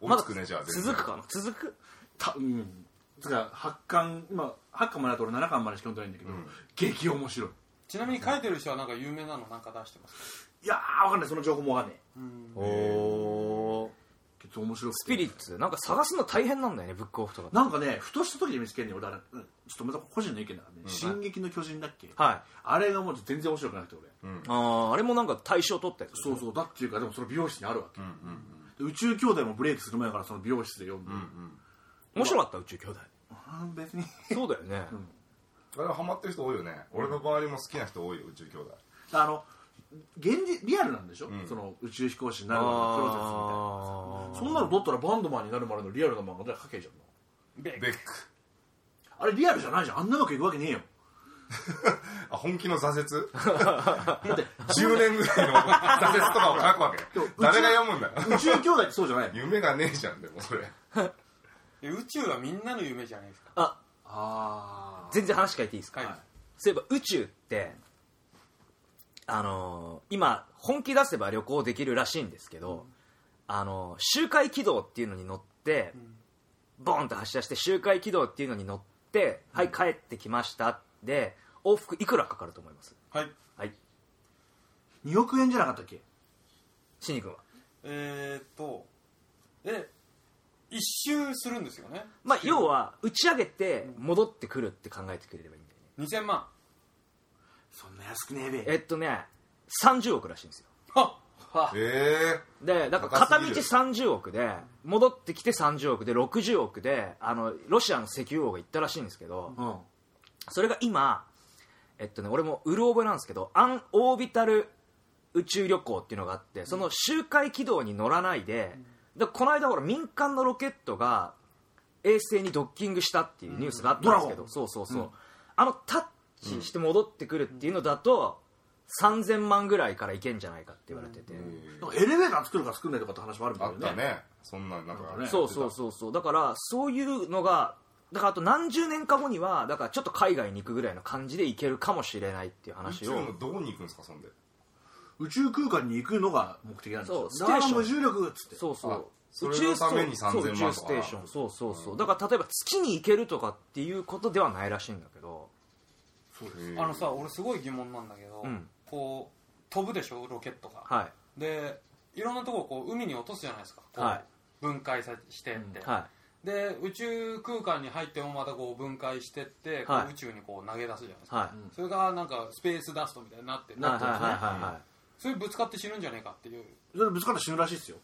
Speaker 3: ー
Speaker 1: ま
Speaker 3: 追い
Speaker 1: だ
Speaker 3: つくねじゃあ全然
Speaker 1: 続くかな続く
Speaker 2: たうんつうか8巻今8巻までだと俺7巻までしか読んでないんだけど、
Speaker 3: うん
Speaker 2: 激面白い
Speaker 4: ちなみに書いてる人はなんか有名なのなんか出してます
Speaker 2: いやーわかんないその情報もわかんない
Speaker 4: うん
Speaker 1: おお
Speaker 2: けど面白くて
Speaker 1: スピリッツなんか探すの大変なんだよねブックオフとか
Speaker 2: なんかねふとした時に見つけんね俺あれうんちょっとまた個人の意見だからね「進撃の巨人」だっけ、
Speaker 1: はい
Speaker 2: あれがもう全然面白くなくて俺
Speaker 1: あーあれもなんか大賞取ったやつ
Speaker 2: そうそうだっていうかでもその美容室にあるわけ、
Speaker 3: うんうん
Speaker 2: で宇宙兄弟もブレイクする前からその美容室で読んで、
Speaker 3: うんうん
Speaker 1: 面白かった宇宙兄弟
Speaker 2: あー別に
Speaker 1: そうだよね
Speaker 3: あれハマってる人多いよね俺の周りも好きな人多いよ宇宙兄弟
Speaker 2: あの現実リアルなんでしょ、
Speaker 3: ん
Speaker 2: その宇宙飛行士になるまでのプロセスみたいな
Speaker 1: あ
Speaker 2: そんなの取ったらバンドマンになるまでのリアルな漫画で書けちゃうの
Speaker 4: ベッ
Speaker 3: ベック
Speaker 2: あれリアルじゃないじゃんあんなうまくいくわけねえ よ
Speaker 3: あ本気の挫折
Speaker 2: だって
Speaker 3: 10年ぐらいの 挫折とかを書くわけ
Speaker 2: でも宇宙
Speaker 3: 誰が読むんだよ
Speaker 2: 宇宙兄弟ってそうじゃないの
Speaker 3: 夢がねえじゃんでもそれ
Speaker 4: え宇宙はみんなの夢じゃないですか
Speaker 1: あ
Speaker 2: あ
Speaker 1: 全然話変えていいですか
Speaker 4: はい、
Speaker 2: は
Speaker 1: そういえば宇宙ってあのー今本気出せば旅行できるらしいんですけど、あのー周回軌道っていうのに乗って、ボンと発射して周回軌道っていうのに乗って、はい帰ってきましたで往復いくらかかると思います
Speaker 4: はい
Speaker 1: はい
Speaker 2: い2億円じゃなかったっけ
Speaker 1: しに君は
Speaker 4: えー、っとえ一周するんですよね
Speaker 1: まあ要は打ち上げて戻ってくるって考えてくれればいいんだよね
Speaker 4: 2000万
Speaker 2: そんな安くねえべ
Speaker 1: えっとね30億らしいんですよ
Speaker 4: は
Speaker 2: は
Speaker 3: え
Speaker 1: でだから片道30億で戻ってきて30億で60億であのロシアの石油王が行ったらしいんですけど、
Speaker 2: うんは
Speaker 1: それが今えっとね俺もうる覚えなんですけどアンオービタル宇宙旅行っていうのがあってその周回軌道に乗らないで,、でこの間ほら民間のロケットが衛星にドッキングしたっていうニュースがあったんですけど、
Speaker 2: うん
Speaker 1: そうそうそう、あのタッチして戻ってくるっていうのだと、3000万ぐらいからいけんじゃないかって言われてて、
Speaker 2: なんかエレベーター作るか作んないとかって話もあるみた
Speaker 3: あ
Speaker 2: い
Speaker 3: っ
Speaker 2: だ
Speaker 3: た
Speaker 2: よね
Speaker 3: ねそんななん
Speaker 2: なん
Speaker 3: か
Speaker 2: か ね
Speaker 1: そうそうそうそうだからそういうのがだからあと何十年か後にはだからちょっと海外に行くぐらいの感じで行けるかもしれないっていう
Speaker 3: 宇
Speaker 1: 話
Speaker 3: 宙
Speaker 1: を
Speaker 3: のどこに行くんですかそんで
Speaker 2: 宇宙空間に行くのが目的なんですよ
Speaker 1: そう
Speaker 2: だか
Speaker 1: ステー
Speaker 2: ら
Speaker 1: ション
Speaker 2: 無重力っつって
Speaker 1: そう
Speaker 3: あ
Speaker 1: そう
Speaker 3: それのために
Speaker 1: そう
Speaker 3: 3000万
Speaker 1: 宇宙ステーションそうそうそう、だから例えば月に行けるとかっていうことではないらしいんだけど
Speaker 2: そうです
Speaker 3: へー
Speaker 4: あのさ俺すごい疑問なんだけど、
Speaker 1: うん
Speaker 4: こう飛ぶでしょロケットが
Speaker 1: は
Speaker 4: でいろんなとこをこう海に落とすじゃないですかこう
Speaker 1: はい
Speaker 4: 分解さしてって、
Speaker 1: いは
Speaker 4: で宇宙空間に入ってもまたこう分解してって、こう
Speaker 1: はい
Speaker 4: 宇宙にこう投げ出すじゃないです
Speaker 1: い
Speaker 4: か、
Speaker 1: は
Speaker 2: うん
Speaker 4: それがなんかスペースダストみたいになって
Speaker 1: いはい
Speaker 4: な
Speaker 1: は
Speaker 4: っ
Speaker 1: い
Speaker 4: てるんですね、
Speaker 1: はいはい
Speaker 4: それぶつかって死ぬんじゃねえかっていう
Speaker 2: それぶつかったら死ぬらしいですよ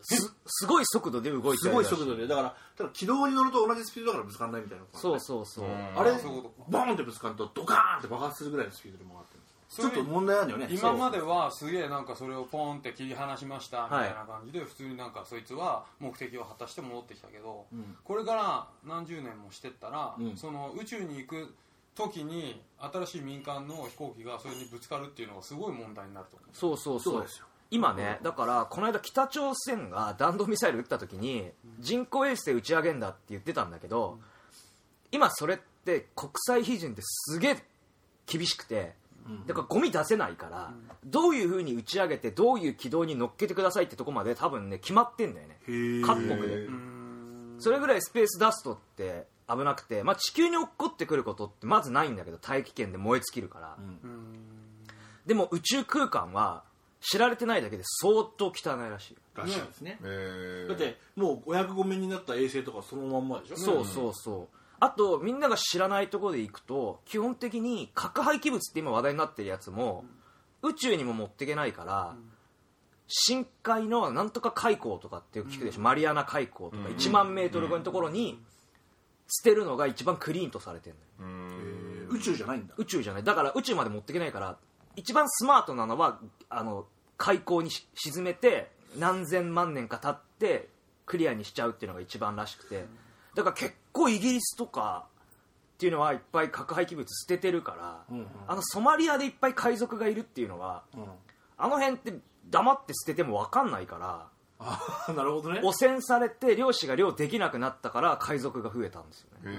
Speaker 1: すすごい速度で動いてる
Speaker 2: すごい速
Speaker 1: らし
Speaker 2: 度でだからただ軌道に乗ると同じスピードだからぶつかんないみたいな
Speaker 1: そうそうそう、
Speaker 3: うん
Speaker 2: あれ
Speaker 4: そういうことか
Speaker 2: ボーンってぶつかるとドカーンって爆発するぐらいのスピードで回ってる
Speaker 4: そ
Speaker 2: ちょ
Speaker 4: れ
Speaker 2: っと問題 なんだよね
Speaker 4: 今まではすげえなんかそれをポンって切り離しましたみたいな感じで普通になんかそいつは目的を果たして戻ってきたけど、
Speaker 2: ん
Speaker 4: これから何十年もしてったら、
Speaker 2: うん
Speaker 4: その宇宙に行く時に新しい民間の飛行機がそれにぶつかるっていうのがすごい問題になると思う
Speaker 1: そうそうそう
Speaker 2: そうですよ
Speaker 1: 今ねだからこの間北朝鮮が弾道ミサイル撃った時に人工衛星打ち上げんだって言ってたんだけど今それって国際批准ってすげえ厳しくてだからゴミ出せないからどういう風に打ち上げてどういう軌道に乗っけてくださいってとこまで多分ね決まってんだよね
Speaker 2: へえ
Speaker 1: 各国でそれぐらいスペースダストって危なくて、まあ、地球に落っこってくることってまずないんだけど大気圏で燃え尽きるから、でも宇宙空間は知られてないだけで相当汚いらしい、
Speaker 2: らしいですね
Speaker 3: えー
Speaker 2: だってもう505面になった衛星とかそのまんまでしょ
Speaker 1: そうそうそうあとみんなが知らないところで行くと基本的に核廃棄物って今話題になってるやつも、宇宙にも持っていけないから、深海のなんとか海溝とかって聞くでしょ、マリアナ海溝とか1万メートルのところに捨てるのが一番クリーンとされてるのよ
Speaker 3: うーん
Speaker 2: 宇宙じゃないん だ
Speaker 1: 宇宙じゃないだから宇宙まで持っていけないから一番スマートなのはあの海溝にし沈めて何千万年か経ってクリアにしちゃうっていうのが一番らしくてだから結構イギリスとかっていうのはいっぱい核廃棄物捨ててるから、
Speaker 2: うんうん
Speaker 1: あのソマリアでいっぱい海賊がいるっていうのはあの辺って黙って捨てても分かんないから
Speaker 2: あーなるほどね
Speaker 1: 汚染されて漁師が漁できなくなったから海賊が増えたんですよね
Speaker 3: へ
Speaker 2: へ
Speaker 3: え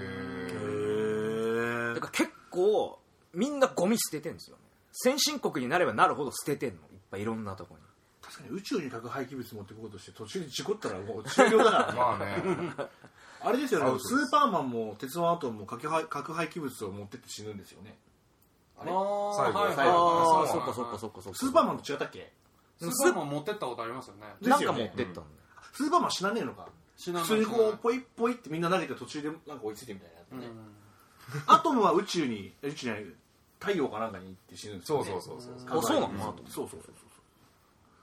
Speaker 2: ー
Speaker 1: だから結構みんなゴミ捨ててんですよね先進国になればなるほど捨ててんのいっぱいいろんなとこに
Speaker 2: 確かに宇宙に核廃棄物持ってこうとして途中で事故ったらもう終了だからね
Speaker 3: まあね
Speaker 2: あれですよ
Speaker 3: アウ
Speaker 2: ね
Speaker 3: ト
Speaker 2: ス
Speaker 3: です
Speaker 2: ーパーマンも鉄腕アトムも核廃核廃棄物を持ってって死ぬんですよね
Speaker 5: あ
Speaker 2: れ
Speaker 3: 最後
Speaker 5: はい
Speaker 3: 最
Speaker 1: あ
Speaker 3: 後
Speaker 1: あ
Speaker 3: そ
Speaker 1: そうっか
Speaker 3: なんだ
Speaker 1: そっかそっかそっか
Speaker 2: スーパーマンと違ったっけ
Speaker 5: スーパーマン持ってったことありますよね
Speaker 2: ですよ
Speaker 1: なん
Speaker 2: ね
Speaker 1: か持ってったんだよ
Speaker 2: スーパーマン死なねえのか
Speaker 5: 死な
Speaker 2: 普
Speaker 5: ない
Speaker 2: 通にこうポイッポイってみんな投げて途中でなんか追いついてみたいな
Speaker 5: うん
Speaker 2: やつね、アトムは宇宙に宇宙じゃない太陽かなんかに行って死ぬんですよ、
Speaker 3: そう
Speaker 2: ね、
Speaker 3: そうそうそう
Speaker 1: あそうなの
Speaker 2: ア
Speaker 1: ア
Speaker 2: ト
Speaker 1: ト
Speaker 2: ム
Speaker 1: ム
Speaker 2: そうそうそう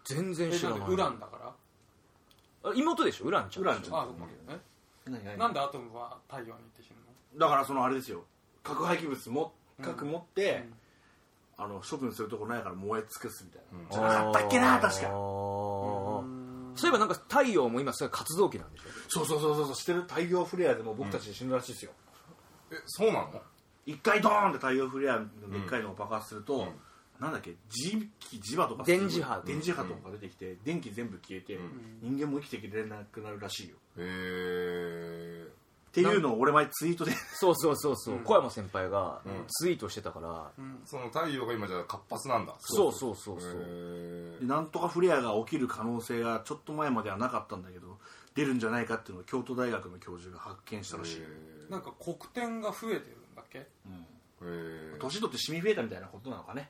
Speaker 1: 全然
Speaker 5: え
Speaker 1: 知
Speaker 5: だ
Speaker 1: ら
Speaker 5: って
Speaker 1: ない
Speaker 5: ウランだから
Speaker 1: あ妹でしょウランちゃ
Speaker 2: そ
Speaker 1: ん
Speaker 2: うウランちゃん
Speaker 5: あそうかえ
Speaker 2: 何何
Speaker 5: なんでアトムは太陽に行って死ぬの
Speaker 2: だからそのあれですよ核廃棄物も核持って
Speaker 5: うん、
Speaker 2: あの処分するとこないから燃え尽くすみたいな、
Speaker 3: うん
Speaker 2: じゃなかったっけな確
Speaker 1: あ
Speaker 2: か
Speaker 1: ー
Speaker 5: うん
Speaker 1: そういえばなんか太陽も今すごい活動期なんでしょ
Speaker 2: そうそうそうそうそうしてる太陽フレアでも僕たち死ぬらしいですよ、
Speaker 3: えそうなの
Speaker 2: 一回ドーンって太陽フレアのでっかいのを爆発すると、
Speaker 3: うん
Speaker 2: なんだっけ磁気磁場とか
Speaker 1: 電磁波
Speaker 2: 電磁波とかが出てきて、電気全部消えて、人間も生きていけれなくなるらしいよ
Speaker 3: へえ
Speaker 2: っていうのを俺前ツイートで
Speaker 1: そうそうそうそう、
Speaker 5: うん
Speaker 1: 小山先輩が
Speaker 3: うん
Speaker 1: ツイートしてたから、
Speaker 5: うん
Speaker 3: その太陽が今じゃあ活発なんだ
Speaker 1: そうそうそうそう、
Speaker 3: へ
Speaker 2: で
Speaker 3: ー
Speaker 2: なんとかフレアが起きる可能性がちょっと前まではなかったんだけど出るんじゃないかっていうのを京都大学の教授が発見したらしいよ、
Speaker 5: なんか黒点が増えてるんだっけ
Speaker 2: うん
Speaker 3: へー
Speaker 2: 年取ってシミ増えたみたいなことなのかね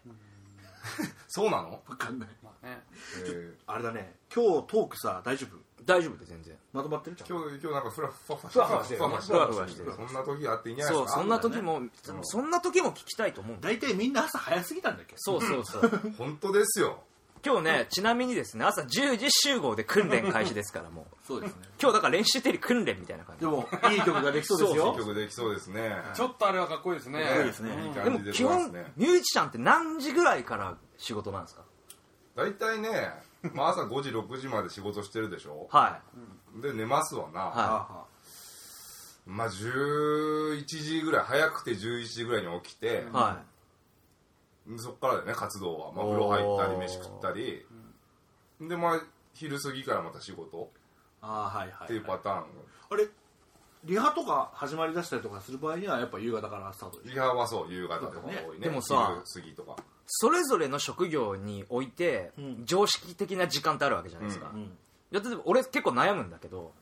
Speaker 3: そうなの
Speaker 2: 分かんない
Speaker 5: まあね
Speaker 3: へー
Speaker 2: あれだね今日トークさ大丈夫
Speaker 1: 大丈夫で全然
Speaker 2: まとまってるじゃん
Speaker 3: 今日今日なんかふらふわふわ
Speaker 2: ふわふわしてるよね
Speaker 3: ふわふ
Speaker 1: ふ
Speaker 3: わ
Speaker 1: わふわしてる
Speaker 3: そんな時あっていいんじゃないで
Speaker 1: そう
Speaker 3: すか
Speaker 1: そんな時も、
Speaker 3: うん
Speaker 1: そんな時も聞きたいと思うんだ
Speaker 2: 大体みんな朝早すぎたんだっけ
Speaker 1: そうそうそう
Speaker 3: 本当ですよ
Speaker 1: 今日ねちなみにですね朝10時集合で訓練開始ですからもう
Speaker 2: そうですね
Speaker 1: 今日だから練習テレ訓練みたいな感じ
Speaker 2: でもいい曲ができそうですよ
Speaker 3: いい曲できそうですね
Speaker 5: ちょっとあれはかっこいいですね
Speaker 3: ね
Speaker 2: いいですね
Speaker 5: うん
Speaker 3: いい感
Speaker 1: で
Speaker 3: じ
Speaker 1: も
Speaker 3: で
Speaker 1: 基
Speaker 3: ございま
Speaker 1: 本
Speaker 3: すね
Speaker 1: ミュージシャンって何時ぐらいから仕事なんですか
Speaker 3: 大体ねまあ朝5時6時まで仕事してるでしょ
Speaker 1: は
Speaker 3: で寝ますわな、
Speaker 1: いは
Speaker 2: あ
Speaker 3: まあ11時ぐらい早くて11時ぐらいに起きて
Speaker 1: い、は
Speaker 3: そっからだよね活動は、まあ、風呂入ったり飯食ったりでまあ昼過ぎからまた仕事
Speaker 2: あーはいはい、
Speaker 3: っていうパターン
Speaker 2: あれリハとか始まりだしたりとかする場合にはやっぱ夕方からスタートでしょ
Speaker 3: リハはそう夕方とか多いね
Speaker 1: でもさ
Speaker 3: 昼過ぎとか
Speaker 1: い、それぞれの職業において
Speaker 2: ん
Speaker 1: 常識的な時間ってあるわけじゃないですか、
Speaker 2: んうん
Speaker 1: いや例えば俺結構悩むんだけど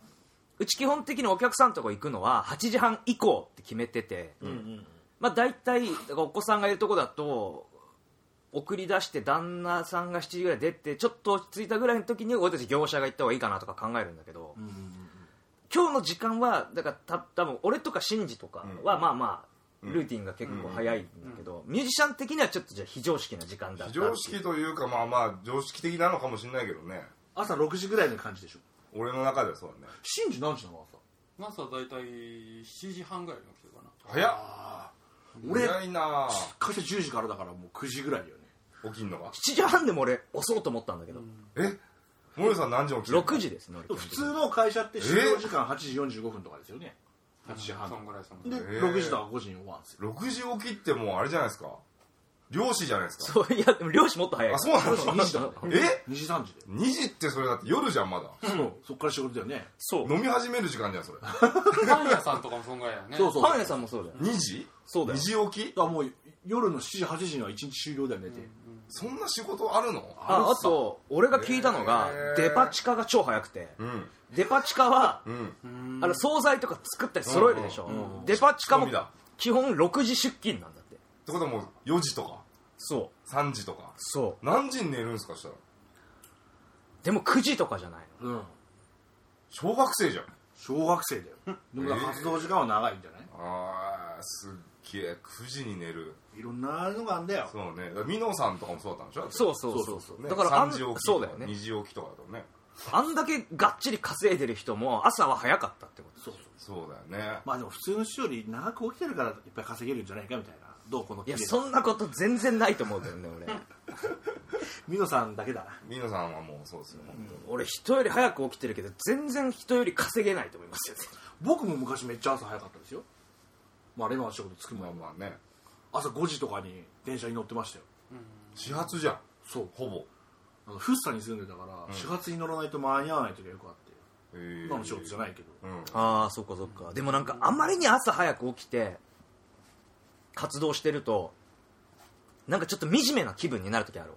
Speaker 1: うち基本的にお客さんとこ行くのは8時半以降って決めてて、まあ大体だからお子さんがいるとこだと送り出して旦那さんが7時ぐらい出てちょっと落ち着いたぐらいの時に俺たち業者が行った方がいいかなとか考えるんだけど、今日の時間はだからた多分俺とかシンジとかはまあまあルーティンが結構早いんだけど、ミュージシャン的にはちょっとじゃあ非常識な時間だった
Speaker 3: 非
Speaker 1: っていう
Speaker 3: 常識というかまあまあ常識的なのかもしれないけどね
Speaker 2: 朝6時ぐらいの感じでしょ
Speaker 3: 俺の中ではそうだね
Speaker 2: シンジ何時なの朝
Speaker 5: 朝大体7時半ぐらいに起きてるかな
Speaker 3: 早っ
Speaker 2: 俺
Speaker 3: 早いな
Speaker 2: 会社10時からだからもう9時ぐらいだよね
Speaker 3: 起きんのが
Speaker 1: 7時半でも俺押そうと思ったんだけど、
Speaker 3: え森田さん何時起きてるの
Speaker 1: 6時ですね俺
Speaker 2: 普通の会社って終了時間8時45分とかですよね8時半
Speaker 5: そんぐらいそんぐ
Speaker 2: で
Speaker 5: らい
Speaker 3: ー
Speaker 2: 6時とか5時に終わるんですよ
Speaker 3: 6時起きってもうあれじゃないですか漁師じゃないですか
Speaker 1: そういやでも漁師もっと早い
Speaker 3: あそうなの
Speaker 2: 2時だから
Speaker 3: え
Speaker 2: 2時3時で
Speaker 3: 2時ってそれだって夜じゃんまだ
Speaker 2: そうそっから仕事だよね
Speaker 1: そう
Speaker 3: 飲み始める時間じゃんそれ
Speaker 5: パン屋さんとかもそんぐらいだよね
Speaker 2: そうそう
Speaker 1: パン屋さんもそうだよ
Speaker 3: 2時
Speaker 1: そうだよ
Speaker 3: 2時起き
Speaker 2: だからもう夜の7時8時には1日終了だよねって
Speaker 3: そんな仕事あるの
Speaker 1: ああと俺が聞いたのが
Speaker 3: へー
Speaker 1: デパ地下が超早くて
Speaker 3: うん
Speaker 1: デパ地下は
Speaker 3: うん
Speaker 1: あの惣菜とか作ったり揃えるでしょデパ地下
Speaker 3: 仕込
Speaker 1: も
Speaker 3: みだ
Speaker 1: 基本6時出勤なんだって
Speaker 3: ってことはもう4時とか
Speaker 1: そう
Speaker 3: 3時とか
Speaker 1: そ
Speaker 3: 何時に寝るんですかした
Speaker 1: う
Speaker 3: ら
Speaker 1: でも9時とかじゃないの
Speaker 2: うん
Speaker 3: 小学生じゃん
Speaker 2: 小学生だよでもだから活動時間は長いんじゃない
Speaker 3: あーすっげえ9時に寝る
Speaker 2: いろんなのがあんだよ
Speaker 3: そうねだからミノさんとかもそうだったんでしょ
Speaker 1: そうそう
Speaker 2: そ
Speaker 1: そうう
Speaker 2: そ
Speaker 1: そうう、
Speaker 3: ね
Speaker 1: だからあ
Speaker 3: 3
Speaker 1: ん
Speaker 3: 時起き
Speaker 1: そうだよね
Speaker 3: 2時起きとかだとね
Speaker 1: あんだけがっちり稼いでる人も朝は早かったってこと
Speaker 2: そうそう
Speaker 3: そうだよね
Speaker 2: まあでも普通の人より長く起きてるからいっぱい稼げるんじゃないかみたいなどうこの
Speaker 1: いや
Speaker 2: 綺 麗
Speaker 1: そんなこと全然ないと思うけどね俺
Speaker 2: ミノさんだけだな
Speaker 3: ミノさんはもうそうですよ、本
Speaker 1: 俺人より早く起きてるけど全然人より稼げないと思いますよ
Speaker 2: 僕も昔めっちゃ朝早かったですよまあレバーの仕事着く
Speaker 3: 当
Speaker 2: 前
Speaker 3: にまあまあね
Speaker 2: 朝5時とかに電車に乗ってましたよ
Speaker 3: 始発じゃん
Speaker 2: そう
Speaker 3: ほぼ
Speaker 2: あのフッサに住んでたから、始発に乗らないと間に合わない時がよくあって今
Speaker 3: 今
Speaker 2: の仕事じゃないけど、
Speaker 3: うん
Speaker 1: ああそっかそっかでもなんかあまりに朝早く起きて活動してるとなんかちょっと惨めな気分になる時ある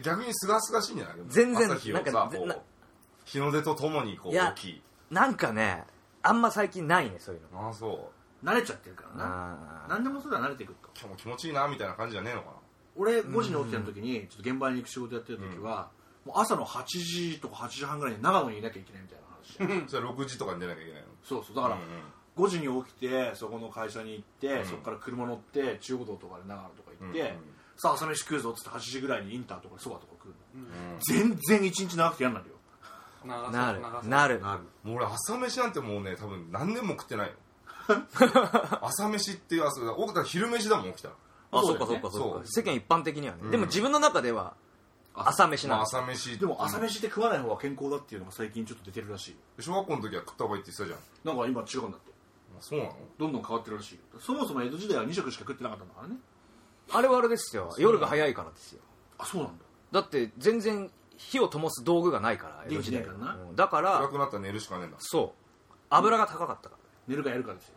Speaker 3: 逆にすがすがしいんじゃない
Speaker 1: 全然
Speaker 3: 朝日を
Speaker 1: なん
Speaker 3: さ
Speaker 1: か
Speaker 3: こ
Speaker 1: な
Speaker 3: う日の出とともにこ
Speaker 1: いや
Speaker 3: う起き
Speaker 1: 俺なんかねあんま最近ないねそういうの
Speaker 3: ああそう
Speaker 2: 慣れちゃってるからな
Speaker 1: あー
Speaker 2: 何でもそうだ慣れてくると
Speaker 3: 今日も気持ちいいなみたいな感じじゃねえのかな
Speaker 2: 俺5時に起きた時にちょっと現場に行く仕事やってる時は、もう朝の8時とか8時半ぐらいに長野にいなきゃいけないみたいな話
Speaker 3: それ6時とかに出なきゃいけないの
Speaker 2: そうそうだから5時に起きてそこの会社に行って、
Speaker 3: ん
Speaker 2: そこから車乗って中央道とかで長野とか行って、
Speaker 3: うんうん
Speaker 2: さあ朝飯食うぞっつって8時ぐらいにインターとかでそばとか来る
Speaker 3: うん
Speaker 2: の、全然1日長くて嫌になるよ
Speaker 5: 長さ
Speaker 1: な
Speaker 5: 長
Speaker 1: る
Speaker 5: さ
Speaker 1: なる
Speaker 2: なる
Speaker 3: もう俺朝飯なんてもうね多分何年も食ってないよ朝飯っていう朝起きたら昼飯だもん起きたら
Speaker 1: あ
Speaker 2: そ
Speaker 1: そうっ
Speaker 2: だ
Speaker 1: かそ
Speaker 2: よね
Speaker 1: っかそっか
Speaker 3: そ
Speaker 1: 世間一般的にはね
Speaker 3: ん
Speaker 1: でも自分の中では朝飯
Speaker 3: ま
Speaker 1: な
Speaker 3: あ
Speaker 1: の
Speaker 3: 朝飯
Speaker 2: でも朝飯って食わない方が健康だっていうのが最近ちょっと出てるらしいよ
Speaker 3: 小学校の時は食った方がいいって言ってたじゃんあ
Speaker 2: なんか今違うんだって
Speaker 3: そうなの
Speaker 2: どんどん変わってるらしいよそもそも江戸時代は2食しか食ってなかったんだからね
Speaker 1: あれはあれですよ夜が早いからですよ
Speaker 2: あそうなん
Speaker 1: だ
Speaker 2: だ
Speaker 1: って全然火を灯す道具がないから江戸時代
Speaker 2: 電気ないからな
Speaker 1: うんだか
Speaker 3: 暗
Speaker 1: ら
Speaker 3: くなったら寝るしかねえんだ
Speaker 1: そう油が高かったから
Speaker 2: 寝るかやるかですよ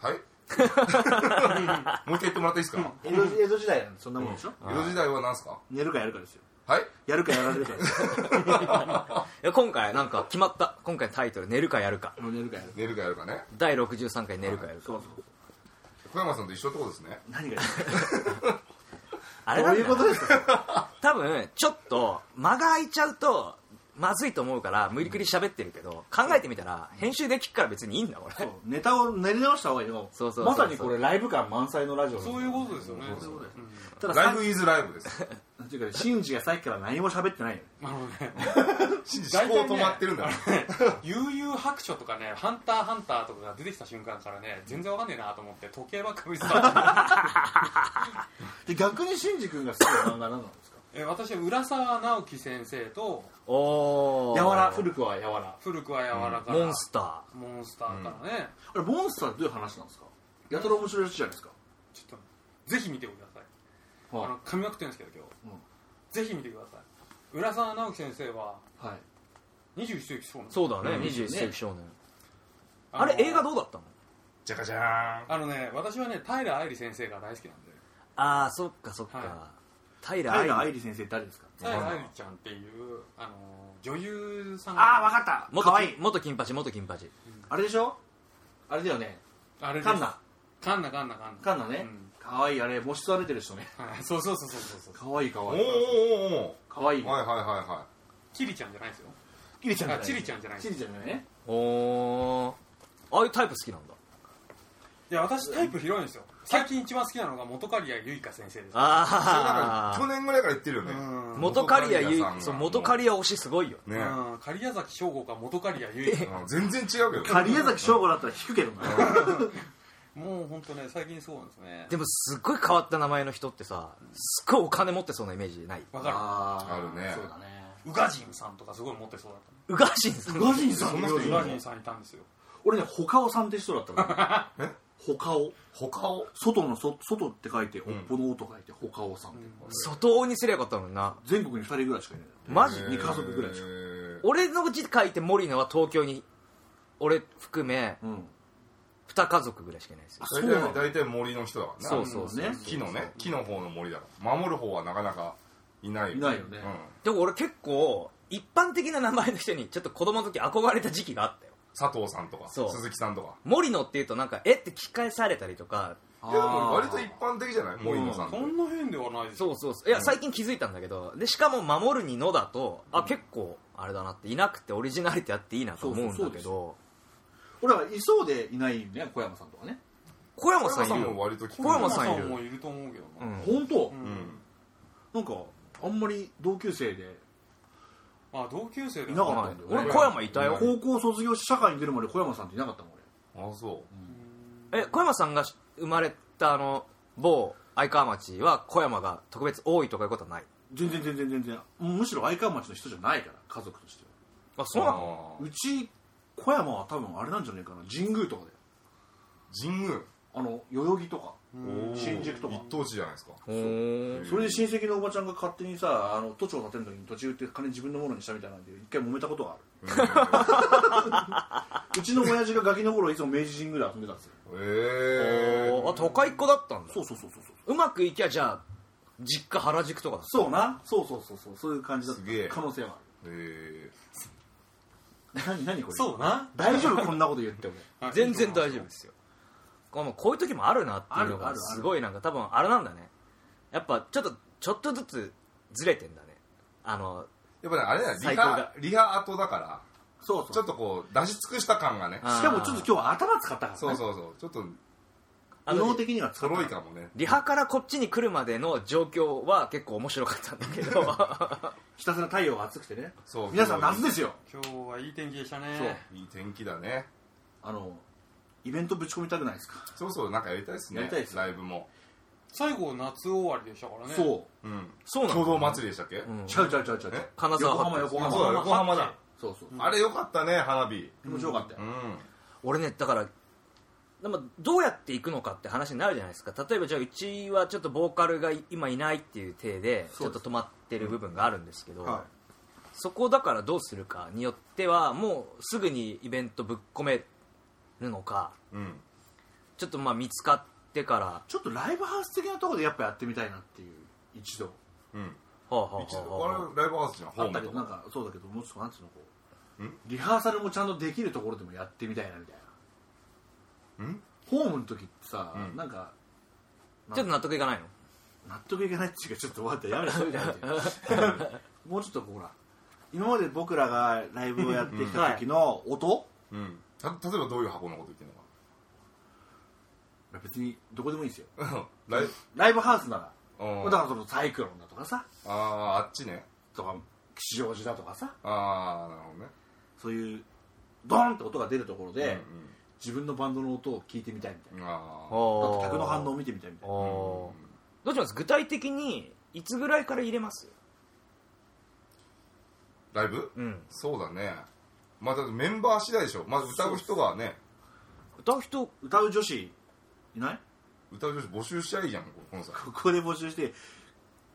Speaker 3: はいもう一回言ってもらっていいですか
Speaker 2: 江戸江戸時代なんてそんなもんでしょ、
Speaker 3: 江戸時代は何すか
Speaker 2: 寝るかやるかですよ
Speaker 3: はい
Speaker 2: やるかやられるかですよ
Speaker 1: いや今回なんか決まった今回のタイトル「寝るかやるか
Speaker 2: もう寝るかやるか
Speaker 3: 寝るかやるかね」
Speaker 1: 第63回「寝るかやるか
Speaker 2: そうそう
Speaker 3: 小山さんと一緒ってことですね
Speaker 2: 何がや
Speaker 1: あ
Speaker 2: る
Speaker 1: れ
Speaker 2: かど
Speaker 1: な
Speaker 2: うんい
Speaker 1: だ
Speaker 2: うことですか
Speaker 1: 多分ちょっと間が空いちゃうとまずいと思うから無理くり喋ってるけど考えてみたら編集できっから別にいいんだ俺
Speaker 2: そうネタを練り直した方がいいの
Speaker 1: そうそうそうそう
Speaker 2: まさにこれライブ感満載のラジオ
Speaker 5: そういうことですよね
Speaker 2: そういうことですただ
Speaker 3: ラ
Speaker 2: さ
Speaker 3: イブイズライブです
Speaker 2: なんていうかシンジがさっきから何も喋ってないよね
Speaker 5: なるほどね
Speaker 3: 思考止まってるんだよ
Speaker 5: 悠々白書とかね「ハンターハンター」とかが出てきた瞬間からね全然わかんねえなと思って時計ばっか見てた
Speaker 2: で逆にシンジ君が好きな漫画何なんですか
Speaker 5: え私は浦沢直樹先生と
Speaker 1: おお
Speaker 2: やわら古くはやわら
Speaker 5: 古くは柔らかな
Speaker 1: モンスタ
Speaker 5: モンスターからね、
Speaker 2: あれモンスターってどういう話なんですかやたら面白いらしいじゃないですか
Speaker 5: ちょっとぜひ見てくださいあの
Speaker 2: は、
Speaker 5: 噛みまくってるんですけど今日、ぜひ見てください浦沢直樹先生はい
Speaker 2: はい、
Speaker 5: 21世紀少年
Speaker 1: ーそうだね
Speaker 2: うん
Speaker 1: 21世紀少年
Speaker 5: の
Speaker 1: あれ映画どうだったの
Speaker 3: じゃかじゃ
Speaker 5: あのね私はね平愛理先生が大好きなんで
Speaker 1: ああそっかそっ
Speaker 5: は
Speaker 1: か平
Speaker 2: 平愛
Speaker 1: 愛
Speaker 2: 理先生って誰ですか
Speaker 5: 平愛理ちゃんっていうあの女優さん
Speaker 2: ああ
Speaker 5: が
Speaker 2: わかった
Speaker 1: 元
Speaker 2: かわいい
Speaker 1: 金元金八元金八
Speaker 2: あれでしょあれだよね
Speaker 5: あれです
Speaker 2: カンナ
Speaker 5: カンナカンナカンナ
Speaker 2: カンナね、かわいいあれ模試されてる人ね
Speaker 5: うんはい そうそうそうそうそうそう
Speaker 2: かわいいか
Speaker 3: ーんお
Speaker 2: わい
Speaker 3: ー
Speaker 2: い
Speaker 3: おーおーお
Speaker 2: かわいい
Speaker 3: ーはいはいはいは
Speaker 5: キリちゃんじゃないですよ
Speaker 2: キリちゃんじゃ
Speaker 5: あ
Speaker 2: ない
Speaker 5: チリちゃんじゃない
Speaker 2: チリちゃんじゃないね
Speaker 1: おおああいうタイプ好きなんだ
Speaker 5: いや私タイプ広いんですよ最近一番好きなのが本刈谷結花先生です
Speaker 3: いそれなん
Speaker 1: あ
Speaker 3: か
Speaker 1: あ
Speaker 3: 去年ぐらいから言ってるよね
Speaker 5: うん
Speaker 1: 元刈谷
Speaker 3: 元刈谷
Speaker 1: ゆ
Speaker 3: さんが
Speaker 1: そう元刈谷推しすごいよ
Speaker 3: ね
Speaker 5: うん狩屋崎翔吾か本刈谷結花
Speaker 3: うん全然違うけど
Speaker 2: 狩矢崎翔吾だったら引くけどな
Speaker 5: もう本当ね最近そうなんですね
Speaker 1: でもすっごい変わった名前の人ってさすっごいお金持ってそうなイメージない
Speaker 5: わかる
Speaker 2: あー
Speaker 3: あるね
Speaker 2: そうだね
Speaker 5: 宇賀神さんとかすごい持ってそうだっ
Speaker 1: 宇賀神さん
Speaker 2: ガジンさんの
Speaker 5: た
Speaker 2: よ
Speaker 5: 宇
Speaker 2: り
Speaker 5: 賀神さんいたんですよ
Speaker 2: 俺ねほかおさんって人だったからねほかお
Speaker 3: 他を
Speaker 2: 外のそ外って書いておっぽのおと書いてほかおさんって
Speaker 1: 外王にすりゃよかったのにな
Speaker 2: 全国に2人ぐらいしかいない
Speaker 1: マジ
Speaker 2: え二家族ぐらいしか
Speaker 3: えー
Speaker 1: 俺の字書いて森野は東京に俺含め
Speaker 2: うん
Speaker 1: 二家族ぐらいしかいないですよ
Speaker 2: そう
Speaker 3: 大
Speaker 2: なの
Speaker 3: 体大体森の人だからな
Speaker 1: そうそう
Speaker 2: そうね
Speaker 3: 木のね木の方の森だから守る方はなかなかいない
Speaker 2: いないよね
Speaker 3: うん
Speaker 1: でも俺結構一般的な名前の人にちょっと子供の時憧れた時期があったよ
Speaker 3: 佐藤さんとか
Speaker 1: そう
Speaker 3: 鈴木さんとか
Speaker 1: 森野っていうとなんかえって聞き返されたりとか
Speaker 2: あ
Speaker 3: いやでも割と
Speaker 2: ー
Speaker 3: 一般的じゃない森野さんって
Speaker 5: そんな変ではないです
Speaker 1: そうそうそういや最近気づいたんだけどでしかも「守るにの」だとあ結構あれだなっていなくてオリジナリティあっていいなと思うん
Speaker 2: そう
Speaker 1: だ
Speaker 2: そうそう
Speaker 1: け
Speaker 2: です
Speaker 1: ど
Speaker 2: 俺はいそうでいないね小山さんとかね
Speaker 1: 小山
Speaker 3: 小
Speaker 1: さ
Speaker 3: 山さ
Speaker 1: んい
Speaker 3: ん
Speaker 1: る
Speaker 3: も割と聞く
Speaker 1: 小山さんいる
Speaker 5: もいると思うけど
Speaker 1: う
Speaker 5: な、
Speaker 1: ん
Speaker 2: 本当
Speaker 5: う
Speaker 3: うんん
Speaker 2: なんかあんまり同級生で
Speaker 5: あ同級生だ
Speaker 2: いなかった
Speaker 1: は
Speaker 2: ん
Speaker 1: い
Speaker 2: だよね
Speaker 1: 俺小山いたよ
Speaker 2: 高校卒業して社会に出るまで小山さんっていなかったもん俺
Speaker 3: あそう
Speaker 1: え小山さんが生まれたあの某愛川町は小山が特別多いとかいうことはない
Speaker 2: 全然全然全然むしろ愛川町の人じゃないから家族としては
Speaker 1: あそうなの
Speaker 2: うち小山は多分あれなんじゃないかな神宮とかで
Speaker 3: 神宮
Speaker 2: あの代々木とか新宿とか
Speaker 3: 一等地じゃないですか
Speaker 1: ほー
Speaker 2: それで親戚のおばちゃんが勝手にさあの都庁建てる時に土地売って金自分のものにしたみたいなんで一回揉めたことがあるうちの親父がガキの頃いつも明治神宮で遊んでたんですよ
Speaker 3: ええー
Speaker 1: あ都会っ子だったんだ
Speaker 2: そうそうそうそうそう
Speaker 1: うまくいきゃじゃあ実家原宿とかだ
Speaker 2: そうなそうそうそうそうそういう感じだった
Speaker 3: すげえ
Speaker 2: 可能性は
Speaker 3: え
Speaker 2: ある何何これ
Speaker 5: そうな
Speaker 2: 大丈夫こんなこと言っても
Speaker 1: 全然大丈夫ですよこうもうこういう時もあるなっていうの
Speaker 2: あるあるあ
Speaker 1: が
Speaker 2: る
Speaker 1: すごいなんか多分あれなんだねやっぱちょっとちょっとずつずれてんだねあの
Speaker 3: ー、やっぱねあれだよリ
Speaker 1: 最高
Speaker 3: ハ
Speaker 1: だ
Speaker 3: リハ後だから
Speaker 2: そうそう
Speaker 3: ちょっとこう出し尽くした感がね
Speaker 1: あー
Speaker 2: しかもちょっと今日は頭使ったからね
Speaker 3: そうそうそうちょっと
Speaker 1: あ
Speaker 2: 頭脳
Speaker 1: の
Speaker 2: 的には使
Speaker 3: と
Speaker 2: った
Speaker 3: ろいかもね
Speaker 1: リハからこっちに来るまでの状況は結構面白かったんだけ ど
Speaker 2: ひたすら太陽が熱くてね
Speaker 3: そう
Speaker 2: 皆さん夏ですよ
Speaker 5: 今日はいい天気でしたね
Speaker 2: そう
Speaker 3: いい天気だね
Speaker 2: あのイベントぶち込みたくないですか、
Speaker 3: そろそろなんかやりたいですね
Speaker 2: やりたいっす
Speaker 3: ライブも
Speaker 5: 最後夏終わりでしたからね
Speaker 2: そう
Speaker 3: うん
Speaker 1: そうな
Speaker 3: 共同
Speaker 1: の
Speaker 3: 祭りでしたっけ、
Speaker 1: うん
Speaker 2: ちゃうちゃうちゃうちゃう
Speaker 3: え
Speaker 1: 金沢
Speaker 2: 横浜横
Speaker 3: あそうだ
Speaker 2: 浜
Speaker 3: 横浜だ
Speaker 2: そうそう
Speaker 3: あれよかったね花火
Speaker 2: 気持ちよかったよ
Speaker 3: うん、
Speaker 1: 俺ねだからでもどうやって行くのかって話になるじゃないですか例えばじゃあうちはちょっとボーカルが今いないっていう体でち
Speaker 2: そう
Speaker 1: ょっ
Speaker 2: です
Speaker 1: と止まってる部分があるんですけど、
Speaker 2: は
Speaker 1: そこをだからどうするかによってはもうすぐにイベントぶっ込めるのか
Speaker 3: うん、
Speaker 1: ちょっとまあ見つかってから、はい
Speaker 2: ちょっとライブハウス的なところでやっぱやってみたいなっていう一度
Speaker 3: うん
Speaker 1: あはあは
Speaker 3: 一
Speaker 1: あはあ
Speaker 3: 度あれライブハウスじゃんホ
Speaker 2: あ
Speaker 3: ー
Speaker 2: った
Speaker 3: ム
Speaker 2: け
Speaker 3: と
Speaker 2: ど
Speaker 3: か
Speaker 2: なんかそうだけどもうちょっとなんつうのこうんリハーサルもちゃんとできるところでもやってみたいなみたいなんホームの時ってさ、
Speaker 3: うん
Speaker 2: なんか
Speaker 1: ちょっと納得いかないの
Speaker 2: 納得いかないっていうかちょっと待ってやめろそうじゃないもうちょっとほら今まで僕らがライブをやってきた時の音、
Speaker 3: うんた例えばどういう箱のこと言ってんのか
Speaker 2: 別にどこでもいいんですよ
Speaker 3: ライブ
Speaker 2: ライブハウスなら
Speaker 3: うん
Speaker 2: だからそのサイクロンだとかさ
Speaker 3: あああっちね
Speaker 2: とか吉祥寺だとかさ
Speaker 3: ああなるほどね
Speaker 2: そういうドーンって音が出るところで、
Speaker 3: うん
Speaker 2: 自分のバンドの音を聞いてみたいみたい
Speaker 3: うん、
Speaker 1: あ
Speaker 3: ああ
Speaker 2: なだっ
Speaker 1: ー
Speaker 2: て客の反応を見てみたいみたい
Speaker 1: あ
Speaker 2: な
Speaker 1: ーどうします具体的にいつぐらいから入れます
Speaker 3: ライブ、
Speaker 1: うん
Speaker 3: そうだねまあだってメンバー次第でしょまず歌う人がね
Speaker 1: 歌う人
Speaker 2: 歌う女子いない
Speaker 3: 歌う女子募集しちゃいいじゃんこの際
Speaker 2: ここで募集して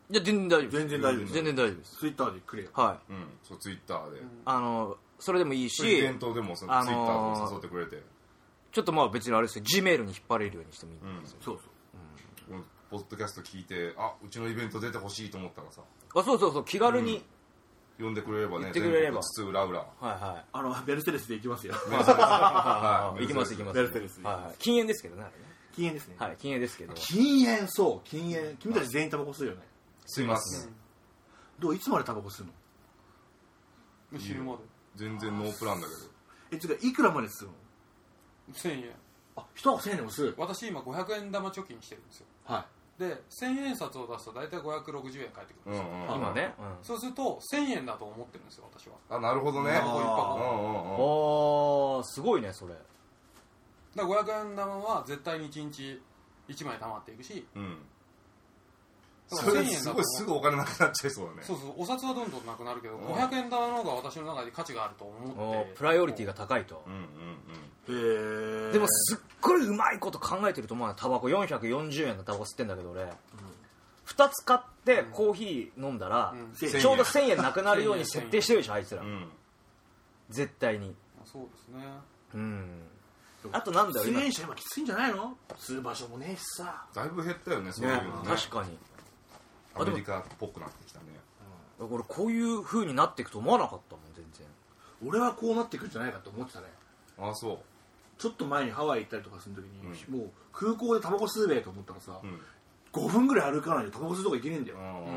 Speaker 1: いや全然大丈夫です
Speaker 2: 全然大丈夫
Speaker 1: 全然大丈夫です
Speaker 2: ツイッターでくれよ
Speaker 1: はい
Speaker 3: うんそうツイッターで、
Speaker 1: あのそれでもいい
Speaker 3: そういうイ
Speaker 1: し
Speaker 3: ベントでもその
Speaker 1: あのー
Speaker 3: ツイッターでも誘ってくれて、
Speaker 1: ちょっとまあ別にあれですよ G メールに引っ張れるようにしてもいいんですよ、
Speaker 2: そうそう
Speaker 3: このポッドキャスト聞いてあうちのイベント出てほしいと思ったらさ
Speaker 1: あそうそうそう気軽に、
Speaker 3: 呼んでくれればね
Speaker 1: 言ってくれれば
Speaker 3: 全国津々浦々
Speaker 1: はいはい
Speaker 2: あのベルセデスで行きますよ
Speaker 1: あ
Speaker 3: は
Speaker 1: 行きます行きます
Speaker 2: メルセデスに
Speaker 1: はいはい、禁煙ですけどねあれね
Speaker 2: 禁煙ですね、
Speaker 1: はい禁煙ですけど
Speaker 2: 禁煙そう禁煙君たち全員タバコ吸うよね
Speaker 3: す吸います、
Speaker 2: どういつまでタバコ吸うの
Speaker 5: 死ぬま
Speaker 3: 全然ノープランだけど
Speaker 2: えつうかいくらまで吸うの
Speaker 5: で1000円
Speaker 2: あ一箱1000円でも吸う
Speaker 5: 私今500円玉貯金してるんですよ
Speaker 2: は
Speaker 5: で1000円札を出すと大体560円返ってくるん
Speaker 3: う
Speaker 5: です
Speaker 3: ん
Speaker 5: よ、
Speaker 3: うん
Speaker 1: 今ね、うん、
Speaker 5: そうすると1000円だと思ってるんですよ私は
Speaker 3: あなるほどね
Speaker 2: あー
Speaker 5: ここ
Speaker 3: うん
Speaker 5: 一
Speaker 3: う
Speaker 5: 箱
Speaker 3: んうん
Speaker 1: おーすごいねそれ
Speaker 5: だから500円玉は絶対に1日1枚貯まっていくし
Speaker 3: うん
Speaker 5: だ
Speaker 3: そ
Speaker 5: から
Speaker 3: れ
Speaker 5: 1000円
Speaker 3: す
Speaker 5: だ
Speaker 3: ご
Speaker 5: と
Speaker 3: いすぐお金なくなっちゃいそうだね
Speaker 5: そうそうお札はどんどんなくなるけど
Speaker 3: ん
Speaker 5: 500円玉の方が私の中で価値があると思
Speaker 1: お
Speaker 5: って
Speaker 1: プライオリティが高いと
Speaker 3: うん、うん
Speaker 2: いへえ
Speaker 1: でもすっごいうまいこと考えてると思うよタバコ440円のタバコ吸ってんだけど俺、2つ買ってコーヒー飲んだら、
Speaker 5: うん
Speaker 1: ちょうど1000円なくなるように設定してるでしょあいつら、
Speaker 3: うんうん
Speaker 1: 絶対に
Speaker 5: まあそうですね
Speaker 1: うんあとなんだよ
Speaker 2: 水
Speaker 1: 今
Speaker 2: 煙車今きついんじゃないの吸う場所もねえしさ
Speaker 3: だいぶ減ったよねそういうのね
Speaker 1: 確かに
Speaker 3: アメリカっぽくなってきたね
Speaker 1: 俺こういう風になっていくと思わなかったもん全然
Speaker 2: 俺はこうなってくるんじゃないかと思ってたね
Speaker 3: ああそ
Speaker 2: ちょっと前にハワイ行ったりとかするときに、
Speaker 3: う
Speaker 2: もう空港でタバコ吸うべえと思ったらさ、
Speaker 3: ううん
Speaker 2: 5分ぐらい歩かないとタバコ吸うとこ行けねえんだよ、
Speaker 3: うんうん
Speaker 5: うんうん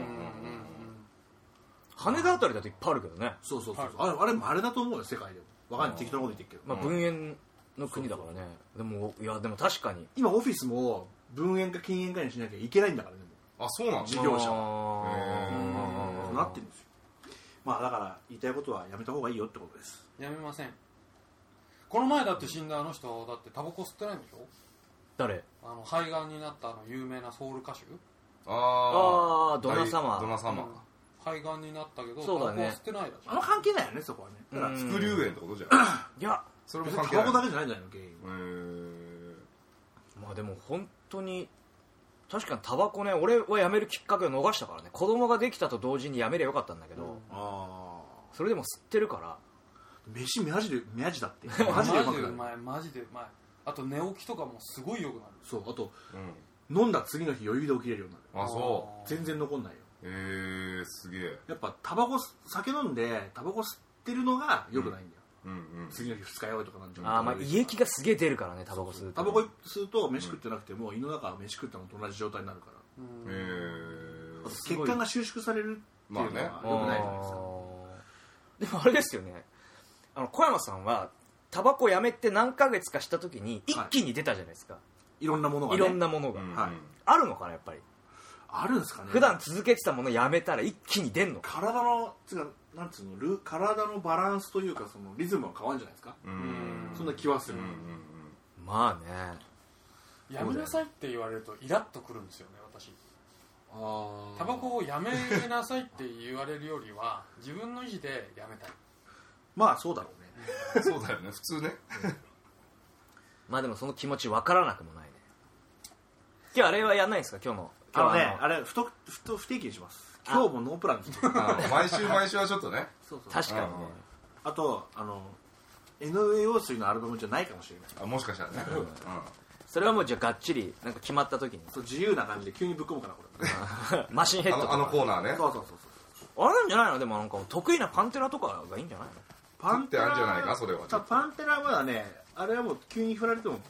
Speaker 1: 羽田あたりだといっぱいあるけどね、
Speaker 2: そうそうそう、あれあれ稀だと思うよ世界でもわかんない適当なこと言ってるけど、
Speaker 1: まあ、文煙の国だからねでもいやでも確かに
Speaker 2: 今オフィスも分煙か禁煙かにしなきゃいけないんだからねも
Speaker 3: あそうなん
Speaker 2: 事業者
Speaker 1: は
Speaker 3: へ
Speaker 2: う
Speaker 3: ー
Speaker 2: そうなってるんですよまあだから言いたいことはやめた方がいいよってことです
Speaker 5: やめませんこの前だって死んだあの人だってタバコ吸ってないんでしょ
Speaker 1: 誰
Speaker 5: あの肺がんになったあの有名なソウル歌手
Speaker 3: あ
Speaker 1: ああ
Speaker 3: あ
Speaker 1: ドナ様
Speaker 3: ドナ様
Speaker 5: 肺がんになったけど
Speaker 1: そうだね
Speaker 5: タバコは吸ってないだ
Speaker 2: あんま関係ないよねそこはねだから、
Speaker 1: うん
Speaker 3: 副流炎ってことじゃない
Speaker 1: いや
Speaker 3: それも
Speaker 2: 別
Speaker 3: 関
Speaker 2: に
Speaker 3: 係
Speaker 2: タバコ
Speaker 3: な
Speaker 2: だけ
Speaker 3: い
Speaker 2: じゃないんじゃないの原因
Speaker 3: へー
Speaker 1: まあでも本当に確かにタバコね俺はやめるきっかけを逃したからね子供ができたと同時にやめりゃよかったんだけど、
Speaker 2: あ
Speaker 1: それでも吸ってってるから
Speaker 2: あ飯マジでマジ だって
Speaker 5: じゃん
Speaker 2: マジでうま
Speaker 5: マジ
Speaker 2: く
Speaker 5: で
Speaker 2: な
Speaker 5: う
Speaker 2: る
Speaker 5: まいマジでうまいあと寝起きとかもすごい良くなる
Speaker 2: そうあと
Speaker 3: うん
Speaker 2: 飲んだ次の日余裕で起きれるようになる
Speaker 3: あそ
Speaker 2: 全然残んないよ
Speaker 3: うへえすげえ
Speaker 2: やっぱタバコ吸酒飲んでタバコ吸ってるのが良くないんだよ、
Speaker 3: うんうん
Speaker 2: 次の日二日酔いとかなんじゃ
Speaker 1: あーまあ胃液がすげえ出るからねタバコ吸うと
Speaker 2: タバコ吸うと飯食ってなくても胃の中は飯食ったのと同じ状態になるから
Speaker 5: うん
Speaker 3: へえ
Speaker 1: す
Speaker 2: 血
Speaker 1: ごい
Speaker 2: 管が収縮されるっていうのは
Speaker 3: まあね
Speaker 2: 良くないじゃないですか、
Speaker 1: でもあれですよねあの小山さんはタバコやめて何ヶ月かした時に一気に出たじゃないですか、
Speaker 2: いろんなものが、
Speaker 1: い、
Speaker 2: ね、
Speaker 1: ろんなものが、
Speaker 3: うん
Speaker 2: はい
Speaker 1: あるのかなやっぱり
Speaker 2: あるんですかね
Speaker 1: 普段続けてたものやめたら一気に出んのか
Speaker 2: 体のつうかなんつうのル体のバランスというかそのリズムは変わるんじゃないですか、
Speaker 3: うん
Speaker 2: そんな気はす
Speaker 3: うん
Speaker 2: る、
Speaker 3: うん
Speaker 1: まあね
Speaker 5: やめなさいって言われるとイラッとくるんですよね私
Speaker 2: ああ
Speaker 5: タバコをやめなさいって言われるよりは自分の意思でやめたい
Speaker 2: まあそうだろうね
Speaker 3: うんそうだよね普通ね
Speaker 1: まあでもその気持ちわからなくもないね今日あれはやんないんですか今日の
Speaker 2: あ
Speaker 1: 今
Speaker 2: の
Speaker 1: 日
Speaker 2: ね
Speaker 1: は
Speaker 2: あれ不特不特不定期にします今日もノープ ランにしてる
Speaker 3: あの毎週毎週はちょっとね
Speaker 2: そうそう
Speaker 1: 確かにね
Speaker 3: うん
Speaker 2: あとあの井上陽水のアルバムじゃないかもしれない
Speaker 3: あもしかしたらね
Speaker 1: それはもうじゃあがっちりなんか決まった時に
Speaker 2: そう自由な感じで急にぶっ込むからこれ
Speaker 1: マシン
Speaker 3: う
Speaker 1: ヘ
Speaker 3: ん
Speaker 1: ッ
Speaker 3: あ
Speaker 1: ドと
Speaker 3: の
Speaker 1: か
Speaker 3: あのコーナーね
Speaker 2: そうそうそうそう
Speaker 1: あれなんじゃないのでもなんか得意なパンテラとかがいいんじゃないの
Speaker 2: パ
Speaker 3: ってあるんじゃないかそれは
Speaker 2: ただパンテラはまだねあれはもう急に振られても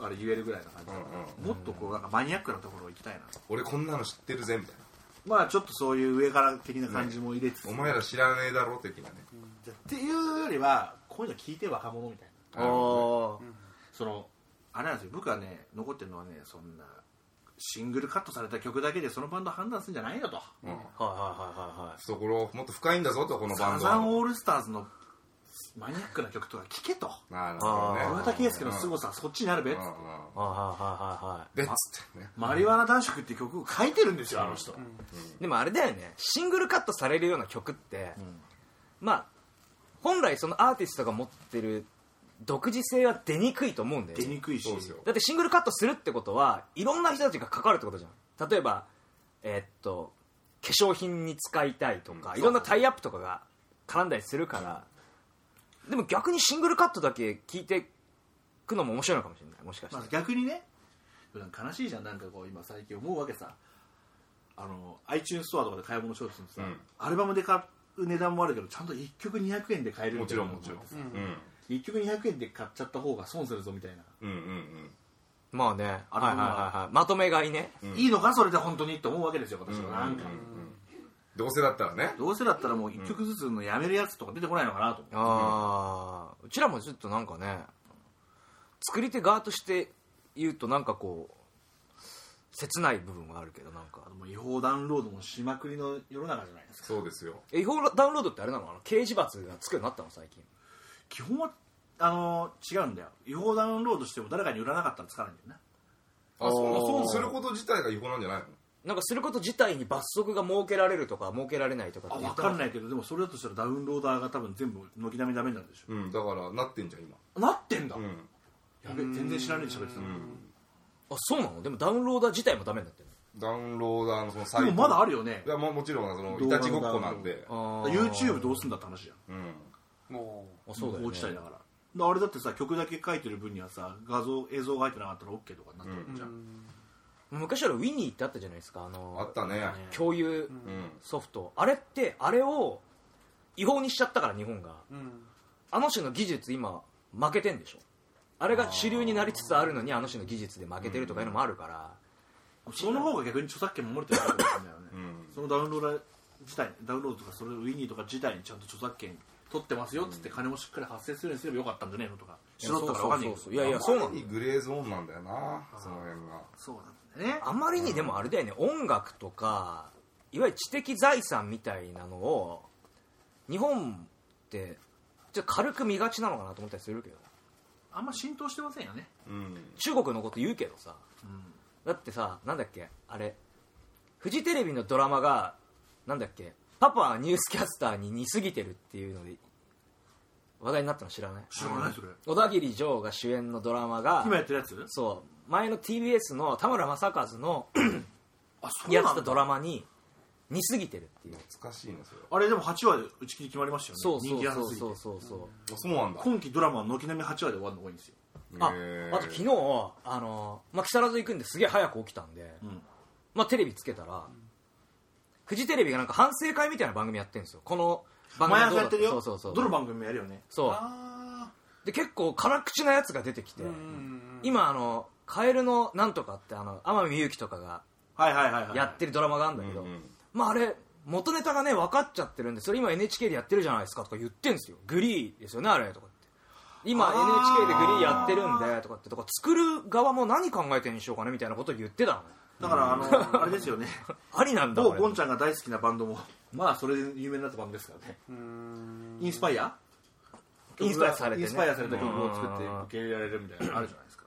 Speaker 2: あれ言えるぐらいな感じだか
Speaker 3: うん
Speaker 2: ら、もっとこうなんかマニアックなところ行きたいな
Speaker 3: 俺こんなの知ってるぜみたいな
Speaker 2: まあちょっとそういう上から的な感じも入れつつ、
Speaker 3: お前ら知らねえだろ的なね
Speaker 2: っていうよりはこういうの聞いて若者みたいな
Speaker 1: お
Speaker 2: そのあれなんですよ僕はね残ってるのはねそんなシングルカットされた曲だけでそのバンドを判断するんじゃないよと
Speaker 3: うん
Speaker 1: はいはいはいはいはい
Speaker 3: 懐もっと深いんだぞとこのバ
Speaker 2: サ
Speaker 3: ンド
Speaker 2: ザン
Speaker 3: は
Speaker 2: オールスターズのマニアックな曲とか聴けと
Speaker 3: なるほどね
Speaker 1: あー
Speaker 2: 岩田圭介の凄さはそっちにあるべ
Speaker 3: うんうんうん
Speaker 1: はいはいはいはい
Speaker 3: でっつってね
Speaker 2: マリワナ男爵っていう曲を書いてるんですよあの人、
Speaker 1: でもあれだよねシングルカットされるような曲って、まあ本来そのアーティストが持ってる独自性は出にくいと思うんだよ
Speaker 2: 出
Speaker 1: ね
Speaker 2: にくいし
Speaker 3: そうですよ
Speaker 1: だってシングルカットするってことはいろんな人たちが関わるってことじゃん例えばえーっと化粧品に使いたいとか、いろんなタイアップとかが絡んだりするから、でも逆にシングルカットだけ聞いていくのも面白いのかもしれないもしかした
Speaker 2: まあ
Speaker 1: ら、、
Speaker 2: 逆にねなんか悲しいじゃんなんかこう今最近思うわけさあの iTunes ストアとかで買い物商品ってさ、
Speaker 3: うん
Speaker 2: アルバムで買う値段もあるけどちゃんと1曲200円で買える
Speaker 3: も
Speaker 2: み
Speaker 3: ち
Speaker 2: たいな
Speaker 3: ろんもちろんうん
Speaker 2: 1曲200円で買っちゃった方が損するぞみたいな、
Speaker 3: うんうん
Speaker 1: まあねはい
Speaker 2: あ
Speaker 1: は
Speaker 2: れ
Speaker 1: い
Speaker 2: も
Speaker 1: はいはいまとめ買いね
Speaker 3: ん
Speaker 2: いいのかそれで本当にって思うわけですよ私は、なんか、
Speaker 3: どうせだったらね
Speaker 2: どうせだったらもう1曲ずつのやめるやつとか出てこないのかなと思う、
Speaker 1: ああうちらもちょっとなんかね作り手側として言うとなんかこう切ない部分はあるけどなんか
Speaker 2: あのもう違法ダウンロードもしまくりの世の中じゃないですか
Speaker 3: そうですよ
Speaker 1: え違法ダウンロードってあれなのあの刑事罰がつくようになったの最近
Speaker 2: 基本はあの違うんだよ違法ダウンロードしても誰かに売らなかったらつかないんだよね
Speaker 3: あそう
Speaker 1: あー
Speaker 3: そうすること自体が違法なんじゃないの
Speaker 1: なんかすること自体に罰則が設けられるとか設けられないとか
Speaker 2: あ分かん
Speaker 1: い
Speaker 2: ないけどでもそれだとしたらダウンローダーが多分全部軒並みダメになるでしょ、
Speaker 3: うんだからなってんじゃん今
Speaker 2: なってんだ、
Speaker 3: うん
Speaker 2: やべ全然知らないで喋ってた、
Speaker 1: あそうなのでもダウンローダー自体もダメになってる
Speaker 3: ダウンローダーのそのサイト
Speaker 2: でもまだあるよね
Speaker 3: いやもうもちろんそのいたちごっこなんで
Speaker 1: あ
Speaker 2: YouTube どうすんだって話じゃん
Speaker 3: うん
Speaker 5: も
Speaker 1: あそうだよ、
Speaker 2: 法
Speaker 1: ね
Speaker 2: 地、帯だからだあれだってさ曲だけ書いてる分にはさ画像映像が入ってなかったら OK とかになってる
Speaker 5: う
Speaker 2: じゃん、
Speaker 1: 昔あるウィニーってあったじゃないですかあの
Speaker 3: あったね
Speaker 1: 共有
Speaker 3: うん
Speaker 1: ソフト、あれってあれを違法にしちゃったから日本が
Speaker 5: うん
Speaker 1: あの種の技術今負けてんでしょあれが主流になりつつあるのにあの種の技術で負けてるとかいうのもあるから、
Speaker 2: その方が逆に著作権守れてるからだよね、
Speaker 3: ん
Speaker 2: そのダウンローダー自体ダウンロードとかそれウィニーとか自体にちゃんと著作権取ってますよっつって金もしっかり発生するようにすればよかったんじゃねえのとか知ろったから分かんねえ
Speaker 1: そう
Speaker 2: けど
Speaker 1: そうそういやいやそうなんだ
Speaker 3: にグレーゾーンなんだよなその辺が
Speaker 2: そうなんだよね
Speaker 1: あまりにでもあれだよね、音楽とかいわゆる知的財産みたいなのを日本ってちょっと軽く見がちなのかなと思ったりするけど
Speaker 2: あんま浸透してませんよね
Speaker 3: うん
Speaker 1: 中国のこと言うけどさ、
Speaker 2: ん
Speaker 1: だってさなんだっけあれフジテレビのドラマがなんだっけパパはニュースキャスターに似すぎてるっていうので話題になったの知らない
Speaker 2: 知らないそれ
Speaker 1: 小田切丈が主演のドラマが
Speaker 2: 今やってるやつ
Speaker 1: そう前の TBS の田村正和の
Speaker 2: あそ
Speaker 1: やってたドラマに似すぎてるっていう
Speaker 3: 懐かしいなそれは
Speaker 2: あれでも8話で打ち切り決まりましたよね
Speaker 1: そうそう
Speaker 2: 人気
Speaker 1: そ
Speaker 2: 派
Speaker 1: う
Speaker 2: すぎて
Speaker 1: そうそうそう
Speaker 3: あそうなんだ
Speaker 2: 今期ドラマは軒並み8話で終わるのが多いんですよ
Speaker 1: あ
Speaker 3: へー
Speaker 1: あと昨日あの、まあ、木更津行くんですげえ早く起きたんで、
Speaker 2: ん
Speaker 1: まあ、テレビつけたらフジテレビがなんか反省会みたいな番組やってるんですよこの番
Speaker 2: 毎
Speaker 1: 組どう
Speaker 2: 朝
Speaker 1: だ
Speaker 2: やってるよ
Speaker 1: そうそうそう
Speaker 2: どの番組もやるよね
Speaker 1: そう
Speaker 5: あ
Speaker 1: で結構辛口なやつが出てきて、
Speaker 5: ーうん
Speaker 1: 今あの「カエルのなんとか」ってあの天海祐希とかが
Speaker 2: はいはいはいはい
Speaker 1: やってるドラマがあるんだけど、
Speaker 3: うんうん
Speaker 1: まああれ元ネタがね分かっちゃってるんでそれ今 NHK でやってるじゃないですかとか言ってんですよグリーですよねあれとかって今 NHK でグリーやってるんでとかってとか作る側も何考えてんにしようかねみたいなことを言ってたのね
Speaker 2: だからあ のあれですよね
Speaker 1: ありなんだ
Speaker 2: 某
Speaker 1: これ
Speaker 2: ゴンちゃんが大好きなバンドもまあそれで有名になったバンドですからねインスパイア
Speaker 1: インスパイアされてね
Speaker 2: インスパイアされた曲を作って受け入れられるみたいなのあるじゃないですか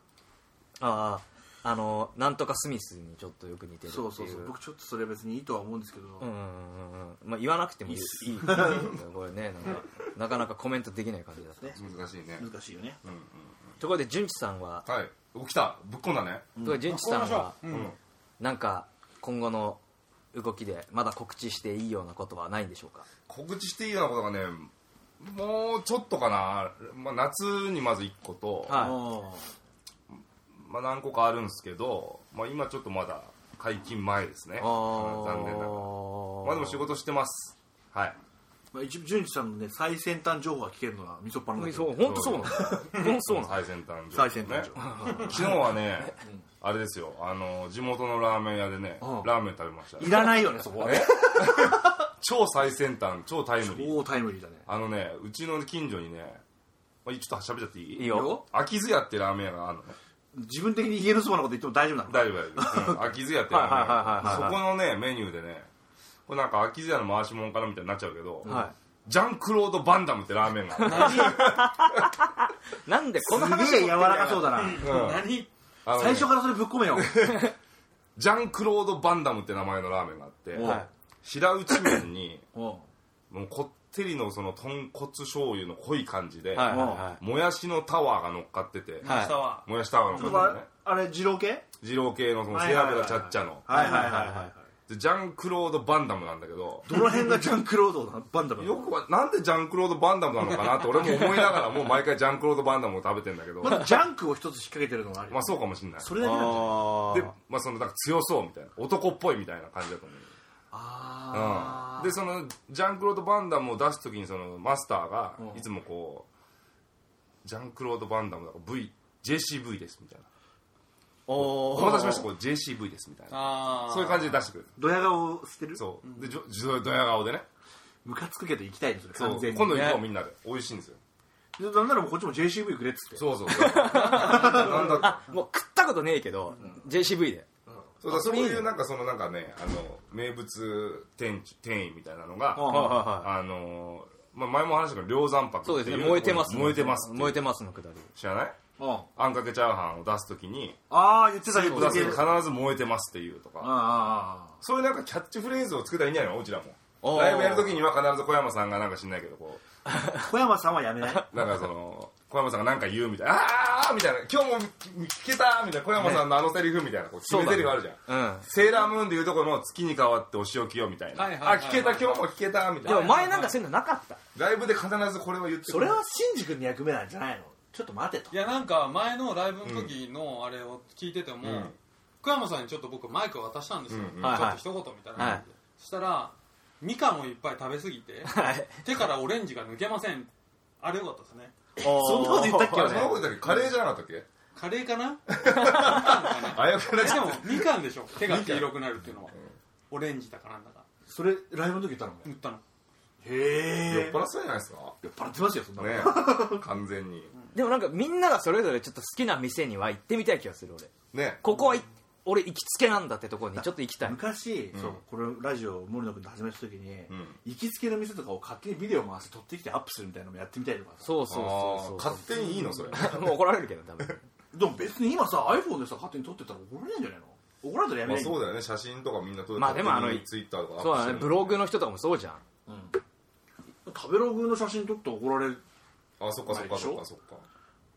Speaker 1: あああのなんとかスミスにちょっとよく似てるっていう
Speaker 2: そうそうそう僕ちょっとそれ別にいいとは思うんですけど、
Speaker 1: うんうんうんうんまあ言わなくてもいいいいこれねなんかなかなかコメントできない感じだ った、
Speaker 3: 難しいね
Speaker 2: 難しいよね
Speaker 1: ところで純一さんは、
Speaker 3: はい起きたぶっこんだね
Speaker 1: ところで純一さんは、
Speaker 3: うん
Speaker 1: なんか今後の動きでまだ告知していいようなことはないんでしょうか
Speaker 3: 告知していいようなことがねもうちょっとかな、まあ、夏にまず1個と、
Speaker 1: は
Speaker 2: あ
Speaker 3: まあ、何個かあるんですけど、まあ、今ちょっとまだ解禁前ですね
Speaker 1: い
Speaker 3: うん残念ながらまあでも仕
Speaker 1: 事
Speaker 3: 事してますはい
Speaker 2: まあ、一純一さんのね最先端情報が聞けるのはみそっぱなだけ
Speaker 1: そう
Speaker 2: ど
Speaker 1: 本当そうなんですよ本当そうなんですよ
Speaker 3: 最先端
Speaker 2: 最先端情報
Speaker 3: ね 昨日はねあれですよあの地元のラーメン屋でね
Speaker 1: うん
Speaker 3: ラーメン食べました
Speaker 2: いらないよねそこは
Speaker 3: え 超最先端超タイムリー
Speaker 2: 超タイムリーだね
Speaker 3: あのねうちの近所にねまあちょっと喋っちゃっていい
Speaker 1: いいよ
Speaker 3: 秋津屋ってラーメン屋があるのね
Speaker 2: 自分的に家のそばのこと言っても大丈夫なの
Speaker 3: 大丈夫大丈夫、うん、秋津屋ってラーメン
Speaker 1: はいはいはいはいはい
Speaker 3: 屋そこのねメニューでねこれなんか秋津屋の回し物かなみたいになっちゃうけど、
Speaker 1: は
Speaker 3: ジャンクロード・バンダムってラーメンがある
Speaker 1: いなんでこの話
Speaker 2: すげえ柔らかそうだな
Speaker 3: うん
Speaker 5: 何
Speaker 3: あのね
Speaker 2: 最初からそれぶっ込めよ
Speaker 3: ジャンクロード・バンダムって名前のラーメンがあって、
Speaker 1: はい
Speaker 3: 平打ち麺に
Speaker 2: おう
Speaker 3: もうこってりのその豚骨醤油の濃い感じで、
Speaker 1: はいはいは
Speaker 3: もやしのタワーが乗っかってて、
Speaker 1: はい
Speaker 5: 下は
Speaker 3: もやしタワーの
Speaker 2: と
Speaker 3: 乗っかってて
Speaker 2: か
Speaker 3: ね
Speaker 2: あれ二郎系
Speaker 3: 二郎系のその背脂ちゃっちゃの
Speaker 2: はいはいはいはい
Speaker 3: でジャンクロード・バンダムなんだけど
Speaker 2: どの辺がジャンクロードなのバンダムな
Speaker 3: よ
Speaker 2: の
Speaker 3: くはなんでジャンクロード・バンダムなのかなって俺も思いながらもう毎回ジャンクロード・バンダムを食べてんだけど
Speaker 2: まだジャンクを一つ引っ掛けてるのがあるよ
Speaker 3: まあそうかもしんない
Speaker 2: それだけなんじゃない
Speaker 3: で、まあ、そのなんか強そうみたいな男っぽいみたいな感じだと思ううん、でそのジャンクロード・バンダムを出す時にそのマスターがいつもこうジャンクロード・バンダムだから V JCV ですみたいな
Speaker 1: お
Speaker 3: お
Speaker 1: ー
Speaker 3: 待たせしましたこう JCV ですみたいな
Speaker 5: あー
Speaker 3: そういう感じで出してくれる
Speaker 2: ドヤ顔してる
Speaker 3: そうでじょじょドヤ顔でね
Speaker 2: ムカつくけど行きたいのそれ
Speaker 3: そ
Speaker 2: 完
Speaker 3: う
Speaker 2: 全に
Speaker 3: 今度
Speaker 2: で
Speaker 3: 行こうみんなで美味しいんですよ
Speaker 2: なんならもうこっちも JCV くれっつって
Speaker 3: そうそうそうなんだ
Speaker 1: あもう食ったことねえけど JCV で
Speaker 3: そうだそういうなんかそのなんかねあの名物店主店員みたいなのが
Speaker 1: はいはいは
Speaker 3: あのまあ前も話したけど梁山泊
Speaker 1: いそうです
Speaker 3: っ
Speaker 1: ね
Speaker 3: いう
Speaker 1: 燃えてます
Speaker 3: 燃えてますっていう
Speaker 1: 燃えてますのくだり
Speaker 3: 知らない
Speaker 2: うんあ
Speaker 3: あんかけチャーハンを出すときに
Speaker 2: あ言ってた
Speaker 3: ス
Speaker 2: 言
Speaker 3: ー
Speaker 2: っ
Speaker 3: プ
Speaker 2: てた
Speaker 3: 出すとき必ず燃えてますっていうと
Speaker 2: ああ
Speaker 3: か
Speaker 2: ああ
Speaker 3: そういうなんかキャッチフレーズをつけたらいいんじゃないのうちら
Speaker 1: お
Speaker 3: も
Speaker 1: ー
Speaker 3: ライブやるときには必ず小山さんがなんか知んないけどこ
Speaker 2: 小山さんはやめ ない
Speaker 3: うなんかその小山さんがなんか言うみたいな「あー!」みたいな「今日も聞けた!」みたいな小山さんのあのセリフみたいなこう決めセリフあるじゃん
Speaker 1: うん
Speaker 3: セーラームーンでいうとこの月に変わってお仕置きよみたいな、
Speaker 5: はいはいはい
Speaker 3: あ聞けた今日も聞けたみ
Speaker 1: で
Speaker 3: たい
Speaker 1: も
Speaker 3: な
Speaker 1: 前なんかそういうのなかった
Speaker 3: ライブで必ずこれは言って
Speaker 2: そ
Speaker 3: くる
Speaker 2: れはシンジ君の役目なんじゃないのちょっと待てと
Speaker 5: いやなんか前のライブの時のあれを聞いてても、
Speaker 3: ん
Speaker 5: 福山さんにちょっと僕マイクを渡したんですよ、
Speaker 3: うん
Speaker 5: ちょ
Speaker 1: はい
Speaker 5: っ
Speaker 1: は
Speaker 5: と
Speaker 1: い
Speaker 5: 一言みたいな感じで、
Speaker 1: はい
Speaker 5: そしたらみかんをいっぱい食べ過ぎて
Speaker 1: はい
Speaker 5: 手からオレンジが抜けませんあれよかったですね
Speaker 1: そ
Speaker 2: んなこと言ったっけ
Speaker 3: あれそんなことだっけカレーじゃなかったっけ
Speaker 5: カレーかなみかんかな
Speaker 3: あやかな
Speaker 5: えでもみかんでしょ手が黄色くなるっていうのはオレンジだかなんだか
Speaker 2: それライブの時言ったの
Speaker 5: 塗ったの
Speaker 3: 酔っ
Speaker 2: へえ
Speaker 3: 払ってたじゃないですか
Speaker 2: 酔っ払ってますよそんなの
Speaker 3: ね完全に
Speaker 1: でもなんかみんながそれぞれちょっと好きな店には行ってみたい気がする俺
Speaker 3: ね
Speaker 1: ここはい俺行きつけなんだってところにちょっと行きたい
Speaker 2: 昔、そうこのラジオを森野君と始めた時に、
Speaker 3: ん
Speaker 2: 行きつけの店とかを勝手にビデオ回して撮ってきてアップするみたいなのもやってみたいとかさ
Speaker 1: そうそうそう
Speaker 3: あー
Speaker 1: そ
Speaker 3: 勝手にいいのそれ
Speaker 1: うもう怒られるけどダメ
Speaker 2: でも別に今さ iPhone でさ勝手に撮ってたら怒られないんじゃないの怒らんとやめ
Speaker 3: まあ
Speaker 2: ない
Speaker 3: そうだよね写真とかみんな撮る
Speaker 6: まあでもあの
Speaker 3: ツイッターとか
Speaker 1: そうだねブロ
Speaker 3: グ
Speaker 1: グの人とかもそうじゃん
Speaker 2: 食べログの写真撮って怒られる
Speaker 3: あそっかそっかそっかそっか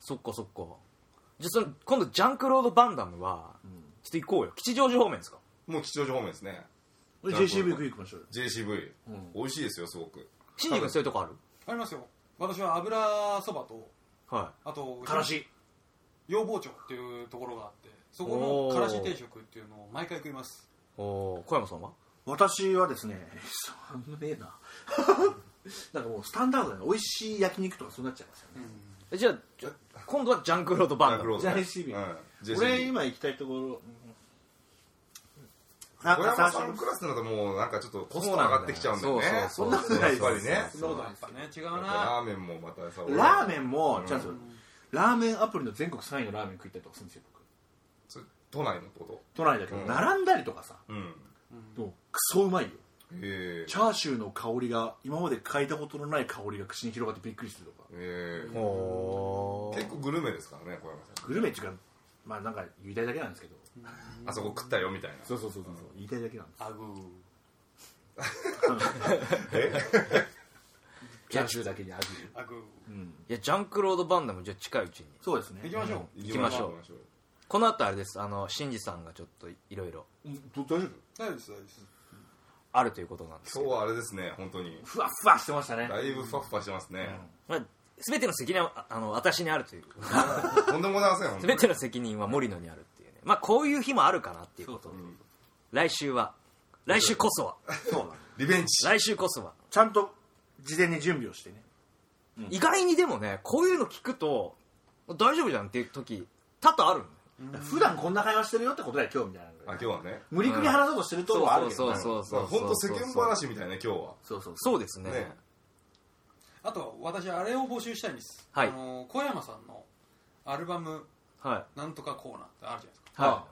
Speaker 1: そっかそっかじゃあその今度ジャンクロード・バンダムはちょっと行こうよ吉祥寺方面ですか
Speaker 3: もう吉祥寺方面ですね
Speaker 2: で
Speaker 3: なるほど
Speaker 2: JCB 食い行きましょうよ
Speaker 3: JCV、美味しいですよすごく
Speaker 1: 新宿にそういうとこある
Speaker 5: ありますよ私は油そばと
Speaker 1: は
Speaker 5: あと
Speaker 2: からし
Speaker 5: 要包丁っていうところがあってそこのからし定食っていうのを毎回食います
Speaker 1: いおー小山さんは
Speaker 2: 私はですね そんなねえな なんかもうスタンダードだね美味しい焼肉とかそうなっちゃいますよね
Speaker 1: えじゃあじゃあ今度はジャンクロード・バンダム
Speaker 3: ジャンクロードね
Speaker 2: JCB
Speaker 3: うん、JCB
Speaker 2: 俺今行きたいところうんな
Speaker 3: 小山さんクラスだともうなんかちょっとコストが上がってきちゃうんだよね
Speaker 1: そう
Speaker 2: そうそう
Speaker 3: やっぱりね
Speaker 2: そんなことない
Speaker 5: や
Speaker 2: で
Speaker 5: っ
Speaker 2: す
Speaker 5: ぱね違うな
Speaker 3: ラーメンもまたさ
Speaker 2: ラー
Speaker 3: ン
Speaker 2: メンも、じゃあラーメンアプリの全国3位のラーメン食いたりとかするんですよ僕
Speaker 3: 都内のこと
Speaker 2: 都内だけど、
Speaker 3: うん
Speaker 2: 並んだりとかさ
Speaker 3: うん
Speaker 2: もうクソうまいよ
Speaker 3: ええ
Speaker 2: チャーシューの香りが今まで嗅いだことのない香りが口に広がってびっくりするとか
Speaker 3: ええ
Speaker 1: おー
Speaker 3: 結構グルメですからね小山さ
Speaker 2: グルメっていうかまあなんか言いたいだけなんですけど
Speaker 3: んあそこ食ったよみたいな
Speaker 2: そうそうそうそう言いたいだけなんです
Speaker 5: あぐー
Speaker 2: チャーシューだけに味
Speaker 5: あぐ
Speaker 1: いやジャンクロード・バンダムじゃあ近いうちに
Speaker 2: そうですね
Speaker 5: ー行きましょ
Speaker 3: 行
Speaker 1: きましょう
Speaker 3: きましょう
Speaker 1: この後あれですあの新次さんがちょっといろいろ
Speaker 2: 大丈夫
Speaker 5: う大丈夫です大丈夫です
Speaker 1: あるということなんですけ
Speaker 3: 今日
Speaker 1: ど
Speaker 3: はあれですね本当に
Speaker 2: ふわふわしてましたね
Speaker 3: だいぶふわふわしてますね、
Speaker 1: まあ全ての責任はああの私にあるという
Speaker 3: とんでもございません本当に
Speaker 1: 全ての責任は森野にあるっていうねまあこういう日もあるかなっていうこと来週は来週こそは
Speaker 2: そうだ
Speaker 3: リベンジ
Speaker 1: 来週こそは
Speaker 2: ちゃんと事前に準備をしてね
Speaker 1: 意外にでもねこういうの聞くと大丈夫じゃんっていう時多々あるんだよ
Speaker 2: 普段こんな会話してるよってことだよ今日みたい
Speaker 3: あ
Speaker 2: な
Speaker 3: 今日はね
Speaker 2: 無理くり話そうとしてるところはあるけどね
Speaker 1: そう
Speaker 3: まあ本当世間話みたいね今日は
Speaker 2: そうそう
Speaker 1: そうですね
Speaker 3: ね
Speaker 5: あと私あれを募集したいんです、
Speaker 1: はい
Speaker 5: あの小山さんのアルバム
Speaker 1: は
Speaker 5: なんとかコーナーってあるじゃないですか
Speaker 1: いは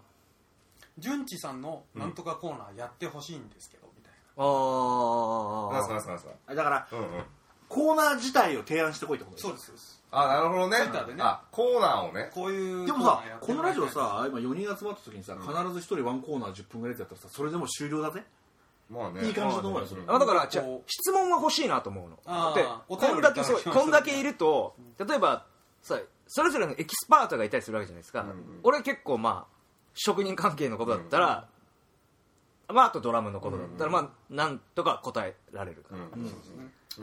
Speaker 1: い
Speaker 5: 純知さんのなんとかコーナーやってほしいんですけど、みたい
Speaker 1: あー
Speaker 3: なんすかなんすかなんすか
Speaker 2: だから
Speaker 3: うんうん
Speaker 2: コーナー自体を提案してこいってこと
Speaker 5: な
Speaker 2: で
Speaker 5: そうですそうです
Speaker 3: あなるほどね
Speaker 5: Twitter でね
Speaker 3: あコーナーをね
Speaker 5: こういう
Speaker 2: でも
Speaker 5: コーナ
Speaker 2: さ
Speaker 5: ーやって
Speaker 2: このラジオ
Speaker 5: もらい
Speaker 2: さ今4人集まった時にさ必ず1人ワンコーナー10分ぐらいだったらさそれでもう終了だぜ
Speaker 3: まあね
Speaker 2: いい感じだと思うよそれ
Speaker 1: あだから
Speaker 5: こう
Speaker 1: じゃあ質問が欲しいなと思うの
Speaker 5: あ
Speaker 1: で
Speaker 5: ーお便り
Speaker 1: こんだけそう
Speaker 5: いただきました
Speaker 1: こんだけいると例えばさそれぞれのエキスパートがいたりするわけじゃないですか、俺結構まあ職人関係のことだったら、まああとドラムのことだったら、まあなんとか答えられるか
Speaker 3: う
Speaker 1: ら、
Speaker 3: んま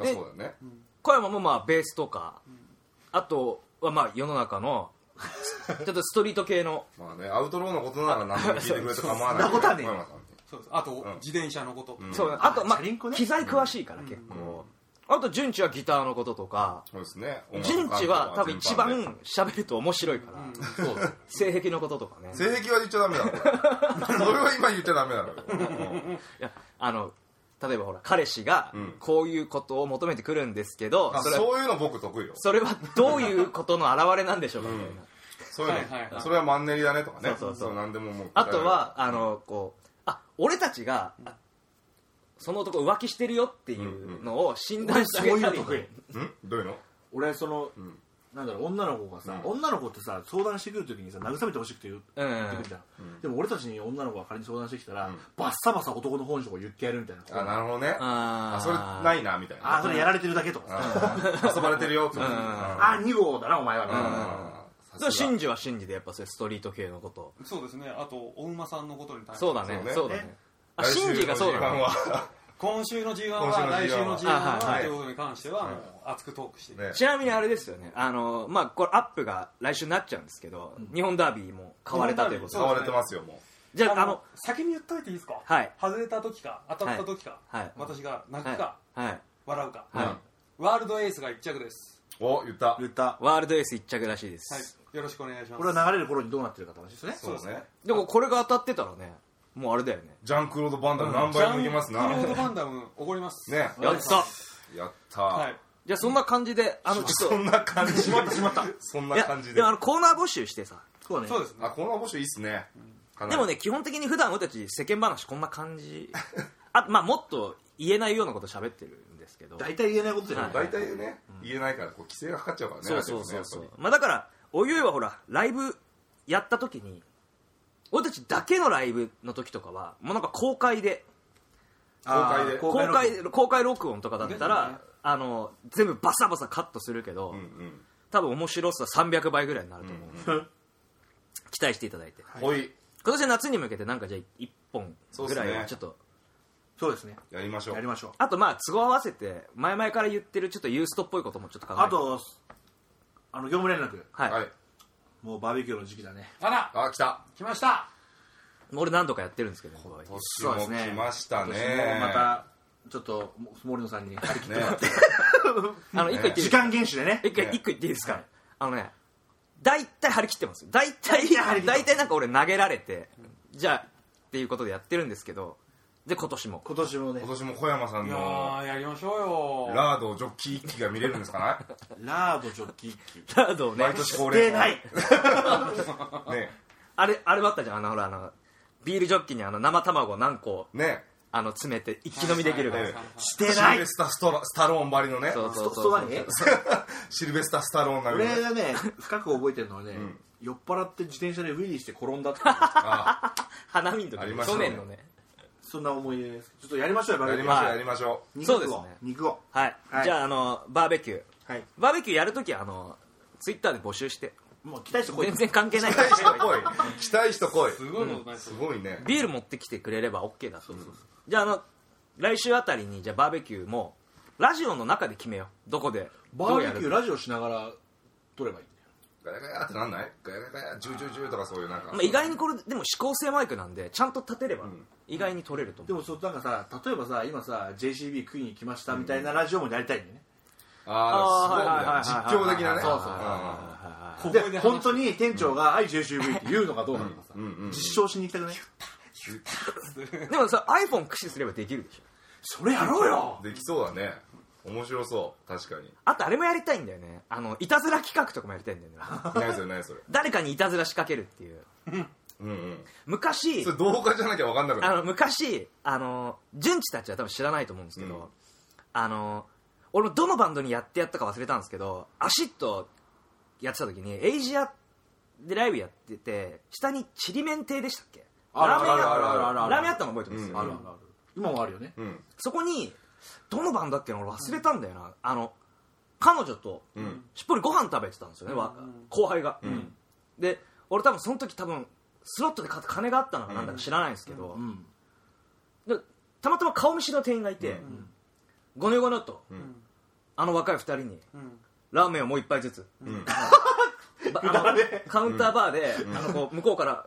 Speaker 3: あ
Speaker 1: で
Speaker 3: そうだよね
Speaker 1: 小山もまあベースとか、あとはまあ世の中のちょっとストリート系の
Speaker 3: まあねアウトローのことなら何でも聞いてくれて構わない
Speaker 2: そんなことはねえ
Speaker 3: 小山さんって
Speaker 5: そうですあと、
Speaker 3: ん
Speaker 5: 自転車のこと、
Speaker 3: うん
Speaker 1: そうあとま
Speaker 2: チャリンコ
Speaker 1: あ
Speaker 2: ね
Speaker 1: 機材詳しいから結構、あと順地はギターのこととか、
Speaker 3: そうですね
Speaker 1: 陣地は多分一
Speaker 3: 全般ね
Speaker 1: 番喋ると面白いから、性癖のこととかね
Speaker 3: 性癖は言っちゃダメ だろそれは今言っちゃダメだろうん
Speaker 1: いやあの例えばほら彼氏が
Speaker 3: うん
Speaker 1: こういうことを求めてくるんですけど、
Speaker 3: あ
Speaker 1: それは
Speaker 3: そういうの僕得意よ
Speaker 1: それはどういうことの表れなんでしょうかみたいな、
Speaker 3: そういうの
Speaker 5: はいはいはい
Speaker 3: それはマンネリだねとかね
Speaker 1: そうそうそう
Speaker 3: 何でももう
Speaker 1: あとはあのこうあ俺たちが、あその男浮気してるよっていうのを診断してあげたり、
Speaker 2: 俺そういうの得
Speaker 3: んどういうの
Speaker 2: 俺その、
Speaker 3: ん
Speaker 2: なんだろう女の子がさ、
Speaker 3: うん
Speaker 2: 女の子ってさ相談してくる時にさ慰めてほしくて言う
Speaker 1: うん
Speaker 2: 言ってくるじゃん、でも俺たちに女の子が仮に相談してきたら、バッサバサ男の本性を言ってやるみたいな
Speaker 3: あなるほどね
Speaker 1: あー
Speaker 3: あそれないなみたい
Speaker 2: あ
Speaker 3: な
Speaker 2: ーそれやられてるだけとかさ、
Speaker 3: あ遊ばれてるよってことあ
Speaker 2: あー2号だなお前はみたいな、
Speaker 3: ー
Speaker 1: それ
Speaker 3: さ
Speaker 1: は
Speaker 3: すが
Speaker 1: 真珠は真珠でやっぱそれストリート系のこと
Speaker 5: そうですねあとお馬さんのことに対して
Speaker 1: そうだねそ
Speaker 3: そうう
Speaker 1: だ
Speaker 3: だ
Speaker 1: ね
Speaker 2: ね
Speaker 1: あ真珠がそうだね
Speaker 3: 来週の時間は
Speaker 5: 今週の G1 は
Speaker 3: 今
Speaker 5: 来週
Speaker 3: 週
Speaker 5: の
Speaker 3: の G1
Speaker 5: G1 は
Speaker 1: はい
Speaker 3: はい
Speaker 5: ということに関してはもう熱くトークしていく、
Speaker 3: ね
Speaker 1: ちなみにあれですよね、あのまあ、これアップが来週になっちゃうんですけど、日本ダービーも買われたということ
Speaker 5: 日
Speaker 1: で
Speaker 3: 買
Speaker 5: 本ダービー
Speaker 3: われてますよも
Speaker 1: じゃあ、あの
Speaker 5: あの、先に言っといていいですか、
Speaker 1: はい
Speaker 5: 外れた時か当たった時か、
Speaker 1: はいはい
Speaker 5: 私が泣
Speaker 1: は
Speaker 5: く
Speaker 1: い
Speaker 5: か、
Speaker 1: はい
Speaker 5: 笑うか、
Speaker 1: はい
Speaker 5: ワールドエースが一着です、
Speaker 3: うお言った
Speaker 2: 言った
Speaker 1: ワールドエース一着らしいです、
Speaker 5: はい、よろしくお願いします
Speaker 2: これは流れる頃にどうなってるかって話ですね
Speaker 3: そうですね
Speaker 1: でもこれが当たってたらね、もうあれだよね、
Speaker 3: ジャンクロード・バンダム何
Speaker 5: ジ
Speaker 3: 倍
Speaker 5: ャ
Speaker 3: も
Speaker 5: ン
Speaker 3: い
Speaker 5: ク
Speaker 3: け
Speaker 5: ロ
Speaker 3: ますな
Speaker 5: ード・バンダム怒ります
Speaker 3: ね
Speaker 1: やった、
Speaker 3: やった、
Speaker 5: はい
Speaker 1: じゃあそんな感じで、あのちょっ
Speaker 3: そ
Speaker 1: と、
Speaker 3: んな感じしまったしまったそん
Speaker 1: い
Speaker 3: な
Speaker 1: や
Speaker 3: 感じで
Speaker 1: でもあのコーナー募集してさ、
Speaker 2: そうね
Speaker 5: そうですね
Speaker 3: あこの募集いいっすねかな
Speaker 1: で
Speaker 3: り
Speaker 1: もね、基本的に普段俺たち、世間話、こんな感じ、あまあ、もっと言えないようなこと喋ってるんですけど、
Speaker 2: 大体言えないことじゃない、
Speaker 1: は
Speaker 3: 大体ね言えないからこう規制がかかっちゃうからね
Speaker 1: そうそうそう
Speaker 3: ラ
Speaker 1: そ
Speaker 3: ジオ
Speaker 1: う、
Speaker 3: ねやっぱ
Speaker 1: まあだからおいおいはほらライブやった時に俺たちだけのライブの時とかはもうなんか公開で
Speaker 2: 公
Speaker 3: 開で
Speaker 1: 公
Speaker 2: 公開
Speaker 1: 開公開録音とかだったら、あの全部バサバサカットするけど、
Speaker 3: うんうん
Speaker 1: 多分面白さ300倍ぐらいになると思う、期待していただいて
Speaker 3: ほい
Speaker 1: 今年の夏に向けてなんかじゃあ1本
Speaker 3: そうっ
Speaker 1: ぐ
Speaker 3: すね
Speaker 1: らいはちょっと、
Speaker 2: そうですね
Speaker 3: やりましょう
Speaker 2: やりましょう
Speaker 1: あとまあ都合合わせて前々から言ってるちょっとユーストっぽいこともちょっと考えて
Speaker 2: あとあの業務連絡
Speaker 1: はい、
Speaker 3: はい
Speaker 2: もうバーベキューの時期だね
Speaker 5: あら
Speaker 3: あ来た
Speaker 5: 来ました
Speaker 1: 俺何度かやってるんですけどこう
Speaker 3: 年も来ましたね
Speaker 2: もうまたちょっと森野さんに張り切って
Speaker 3: ね
Speaker 1: あの1個言っていい で
Speaker 2: 時
Speaker 1: すか
Speaker 2: 間厳守でね
Speaker 1: 一個
Speaker 3: ね
Speaker 1: 一個言っていいですか、あのね大体張り切ってますよ大体大体なんか俺投げられて、じゃあっていうことでやってるんですけどで今年も
Speaker 2: 今年もね
Speaker 3: 今年も小山さん
Speaker 5: いや
Speaker 3: の
Speaker 5: ーやりましょうよ
Speaker 3: ラードジョッキー一機が見れるんですかね
Speaker 2: ラードジョッキ
Speaker 1: ラードをね
Speaker 3: 毎年恒
Speaker 2: 出
Speaker 3: 例の
Speaker 2: ない
Speaker 3: ね
Speaker 1: あれあれもあったじゃんあのほらあのビールジョッキにあの生卵何個
Speaker 3: ね
Speaker 1: あの詰めて一気飲みできるか
Speaker 3: は
Speaker 1: ら
Speaker 3: い
Speaker 2: して
Speaker 3: シ
Speaker 2: な
Speaker 3: ル
Speaker 2: い
Speaker 3: ベスタストラ・スタローンばりのね
Speaker 1: そうそう
Speaker 2: そ
Speaker 1: そう
Speaker 2: そ
Speaker 1: そう
Speaker 2: 何
Speaker 3: シルベスタ・スタローンなりの
Speaker 2: 俺がね深く覚えてるのはね酔っ払って自転車でウィリーして転んだって いう
Speaker 3: あ
Speaker 1: 花見の時
Speaker 3: ありました
Speaker 1: 去
Speaker 3: ね
Speaker 1: 年のね
Speaker 2: そんな思い出ですちょっとやりましょうよバー
Speaker 3: や
Speaker 2: ベ
Speaker 3: り
Speaker 2: キュ
Speaker 3: ましょ
Speaker 2: ー
Speaker 3: うやり
Speaker 2: 肉
Speaker 3: ましょう
Speaker 1: そうです
Speaker 2: を
Speaker 1: ね
Speaker 2: 肉を
Speaker 1: はい、
Speaker 2: はい
Speaker 1: じゃああのバーベキュー
Speaker 2: はい
Speaker 1: バーベキューやるときあのツイッターで募集して
Speaker 2: もう期待してこい
Speaker 1: 全然関係ないか
Speaker 3: 期
Speaker 1: ら
Speaker 3: 待人来い期待人来い
Speaker 5: すごいことないですすよ
Speaker 3: ごいね
Speaker 1: ビール持ってきてくれれば OK だとじゃああの来週あたりにじゃあバーベキューもラジオの中で決めようどこで
Speaker 2: バ
Speaker 1: どうやる
Speaker 2: ーベキューラジオしながら撮ればいいんだよ
Speaker 3: ガヤガヤってなんないガヤガヤガヤジュージュージューとかそういうなんか
Speaker 1: まあ、意外にこれでも指向性マイクなんでちゃんと立てれば
Speaker 3: ん
Speaker 1: 意外に取れると思
Speaker 2: で
Speaker 1: う、
Speaker 2: もそうなんかさ例えばさ今さ JCB 食いに来ましたみたいなラジオもやりたいんだよね
Speaker 3: あ
Speaker 1: あ
Speaker 3: あ
Speaker 1: ー
Speaker 3: す
Speaker 1: はい
Speaker 3: ごい
Speaker 1: はいはいはい
Speaker 3: ね実況的なね
Speaker 1: そうそう
Speaker 5: ここ
Speaker 2: で
Speaker 5: で話
Speaker 2: 本当に店長が「はい JCB」って言うのかどうなのかさ
Speaker 3: うんうんうんうん
Speaker 2: 実証しに行きたくない
Speaker 1: でもさ iPhone 駆使すればできるでしょ
Speaker 2: それやろうよ
Speaker 3: うんできそうだね面白そう確かに
Speaker 1: あとあれもやりたいんだよねあのいたずら企画とかもやりたいん だよね
Speaker 3: ないそれないそれ
Speaker 1: 誰かにいたずら仕掛けるっていう
Speaker 3: うんうん
Speaker 1: 昔
Speaker 3: それ動画じゃなきゃ分かんなくな
Speaker 1: あ
Speaker 3: る
Speaker 1: の昔あの純知たちは多分知らないと思うんですけど、
Speaker 3: うん
Speaker 1: あの俺もどのバンドにやってやったか忘れたんですけどアシッとやってた時にエイジアでライブやってて下にちりめん亭でしたっけ
Speaker 2: ある
Speaker 1: ラーメン屋
Speaker 2: あるあるあるある
Speaker 1: ラーメン屋あったの覚えてます、
Speaker 3: うん
Speaker 2: あるあるある今もあるよね
Speaker 3: うん
Speaker 1: そこにどのバンドだっけな俺忘れたんだよなあの彼女と
Speaker 3: うん
Speaker 1: しっぽりご飯食べてたんですよね、わ後輩が、
Speaker 3: ん
Speaker 1: で俺多分その時多分スロットで買った金があったのかなんだか知らないんですけど、
Speaker 2: うん
Speaker 1: でたまたま顔見知りの店員がいて、ごねごねと、
Speaker 3: ん
Speaker 1: あの若い二人に
Speaker 5: うん
Speaker 1: ラーメンをもう一杯ずつ、
Speaker 3: ん
Speaker 1: ばあのカウンターバーで、あのこう向こうから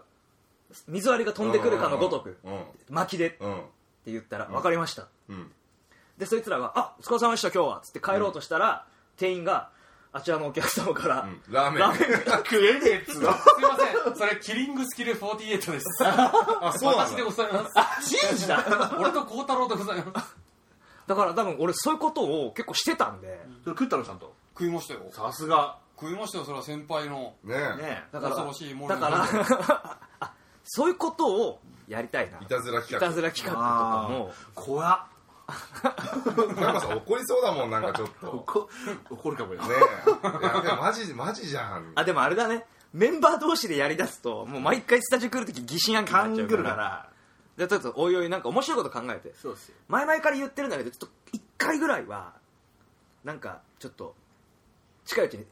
Speaker 1: 水割りが飛んでくるかのごとく、
Speaker 3: うん
Speaker 1: 巻きでって
Speaker 3: うん
Speaker 1: 言ったら、分かりました
Speaker 3: うん
Speaker 1: でそいつらが「あお疲れ様でした今日は」つって帰ろうとしたら、店員があちらのお客様から、
Speaker 3: うんラーメン
Speaker 1: ラーメン
Speaker 2: 食えねえっつうの
Speaker 5: すいませんそれキリングスキル48です
Speaker 3: あそうな
Speaker 5: 私
Speaker 3: ん
Speaker 5: で
Speaker 3: だ
Speaker 5: ございま す
Speaker 1: 信じた
Speaker 5: 俺と孝太郎でございます
Speaker 1: だから多分俺そういうことを結構してたんで、
Speaker 2: それ食ったのちゃんと
Speaker 5: 食いましたよ
Speaker 2: さすが
Speaker 5: 食いましたよそれは先輩の
Speaker 3: ね
Speaker 2: ね
Speaker 1: だから
Speaker 5: 恐ろしいもの
Speaker 1: だ
Speaker 5: に
Speaker 1: からあそういうことをやりたいない
Speaker 3: たずら企
Speaker 1: いたず
Speaker 3: 画
Speaker 1: ら企画とかも
Speaker 2: 怖っ
Speaker 3: 小山さん怒りそうだもんなんかち ょっと
Speaker 2: 怒怒るかもよ
Speaker 3: ねえいやでもマジマジじゃん
Speaker 1: あでもあれだねメンバー同士でやりだすともう毎回スタジオ来るとき疑心暗
Speaker 2: 勘
Speaker 1: 鬼になっ
Speaker 2: ぐ
Speaker 1: ちゃ
Speaker 2: る
Speaker 1: うか
Speaker 2: からら
Speaker 1: でちょっとおいおいなんか面白いこと考えて
Speaker 2: そうですよ
Speaker 1: 前々から言ってるんだけどちょっと1回ぐらいはなんかちょっと近いうちに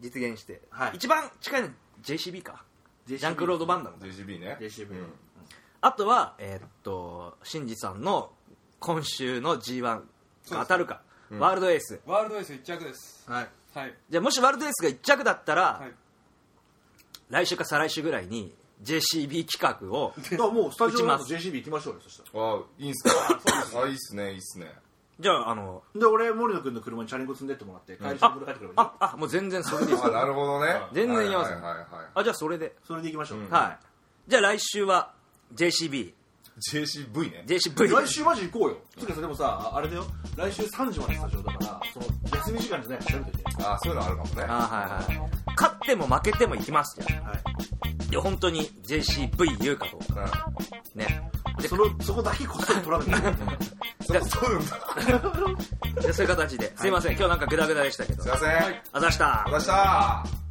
Speaker 1: 実現して、
Speaker 2: はい
Speaker 1: 一番近いの JCB かジャンクロード・バンダムだ
Speaker 3: JCB ね
Speaker 2: JCB
Speaker 3: うん
Speaker 1: あとはえーっとシンジさんの今週の g 1が当たるか、ワールドエース、
Speaker 5: ワールドエース一着です
Speaker 2: はい
Speaker 5: はい
Speaker 1: じゃあもしワールドエースが1着だったら、
Speaker 5: はい
Speaker 1: 来週か再来週ぐらいに JCB 企画を
Speaker 2: だからもうスタジオの
Speaker 1: 打ち
Speaker 2: JCB 行きましょうよそしたら
Speaker 3: あいいんすかあいいっすねいいっすね
Speaker 1: じゃああの
Speaker 2: で俺森野君の車にチャリンコ積んでってもらって帰り車に帰ってくればいい
Speaker 1: ああもう全然それでいいです
Speaker 3: あなるほどね
Speaker 1: 全然いけます
Speaker 3: はいはいはいはい
Speaker 1: あじゃあそれで、
Speaker 2: それで行きましょう、
Speaker 3: うん
Speaker 1: はいじゃあ来週は JCBJCV
Speaker 3: JCV ね
Speaker 2: 来週マジ行こうよつうかさでもさあれだよ来週3時までスタジオだからその休み時間じゃないの調べといて
Speaker 3: あそういうのあるかもね
Speaker 1: あはいはい勝っても負けてもいきますよ
Speaker 2: はい
Speaker 1: で本当に JCV 言うかどうか
Speaker 3: うん
Speaker 1: ね
Speaker 2: そのそこだけこっそり取らなきゃいけない
Speaker 3: そりゃそうなんだ
Speaker 1: でそういう形で、すいません今日なんかグダグダでしたけど
Speaker 3: すいませんありがとう
Speaker 1: あざした
Speaker 3: ございました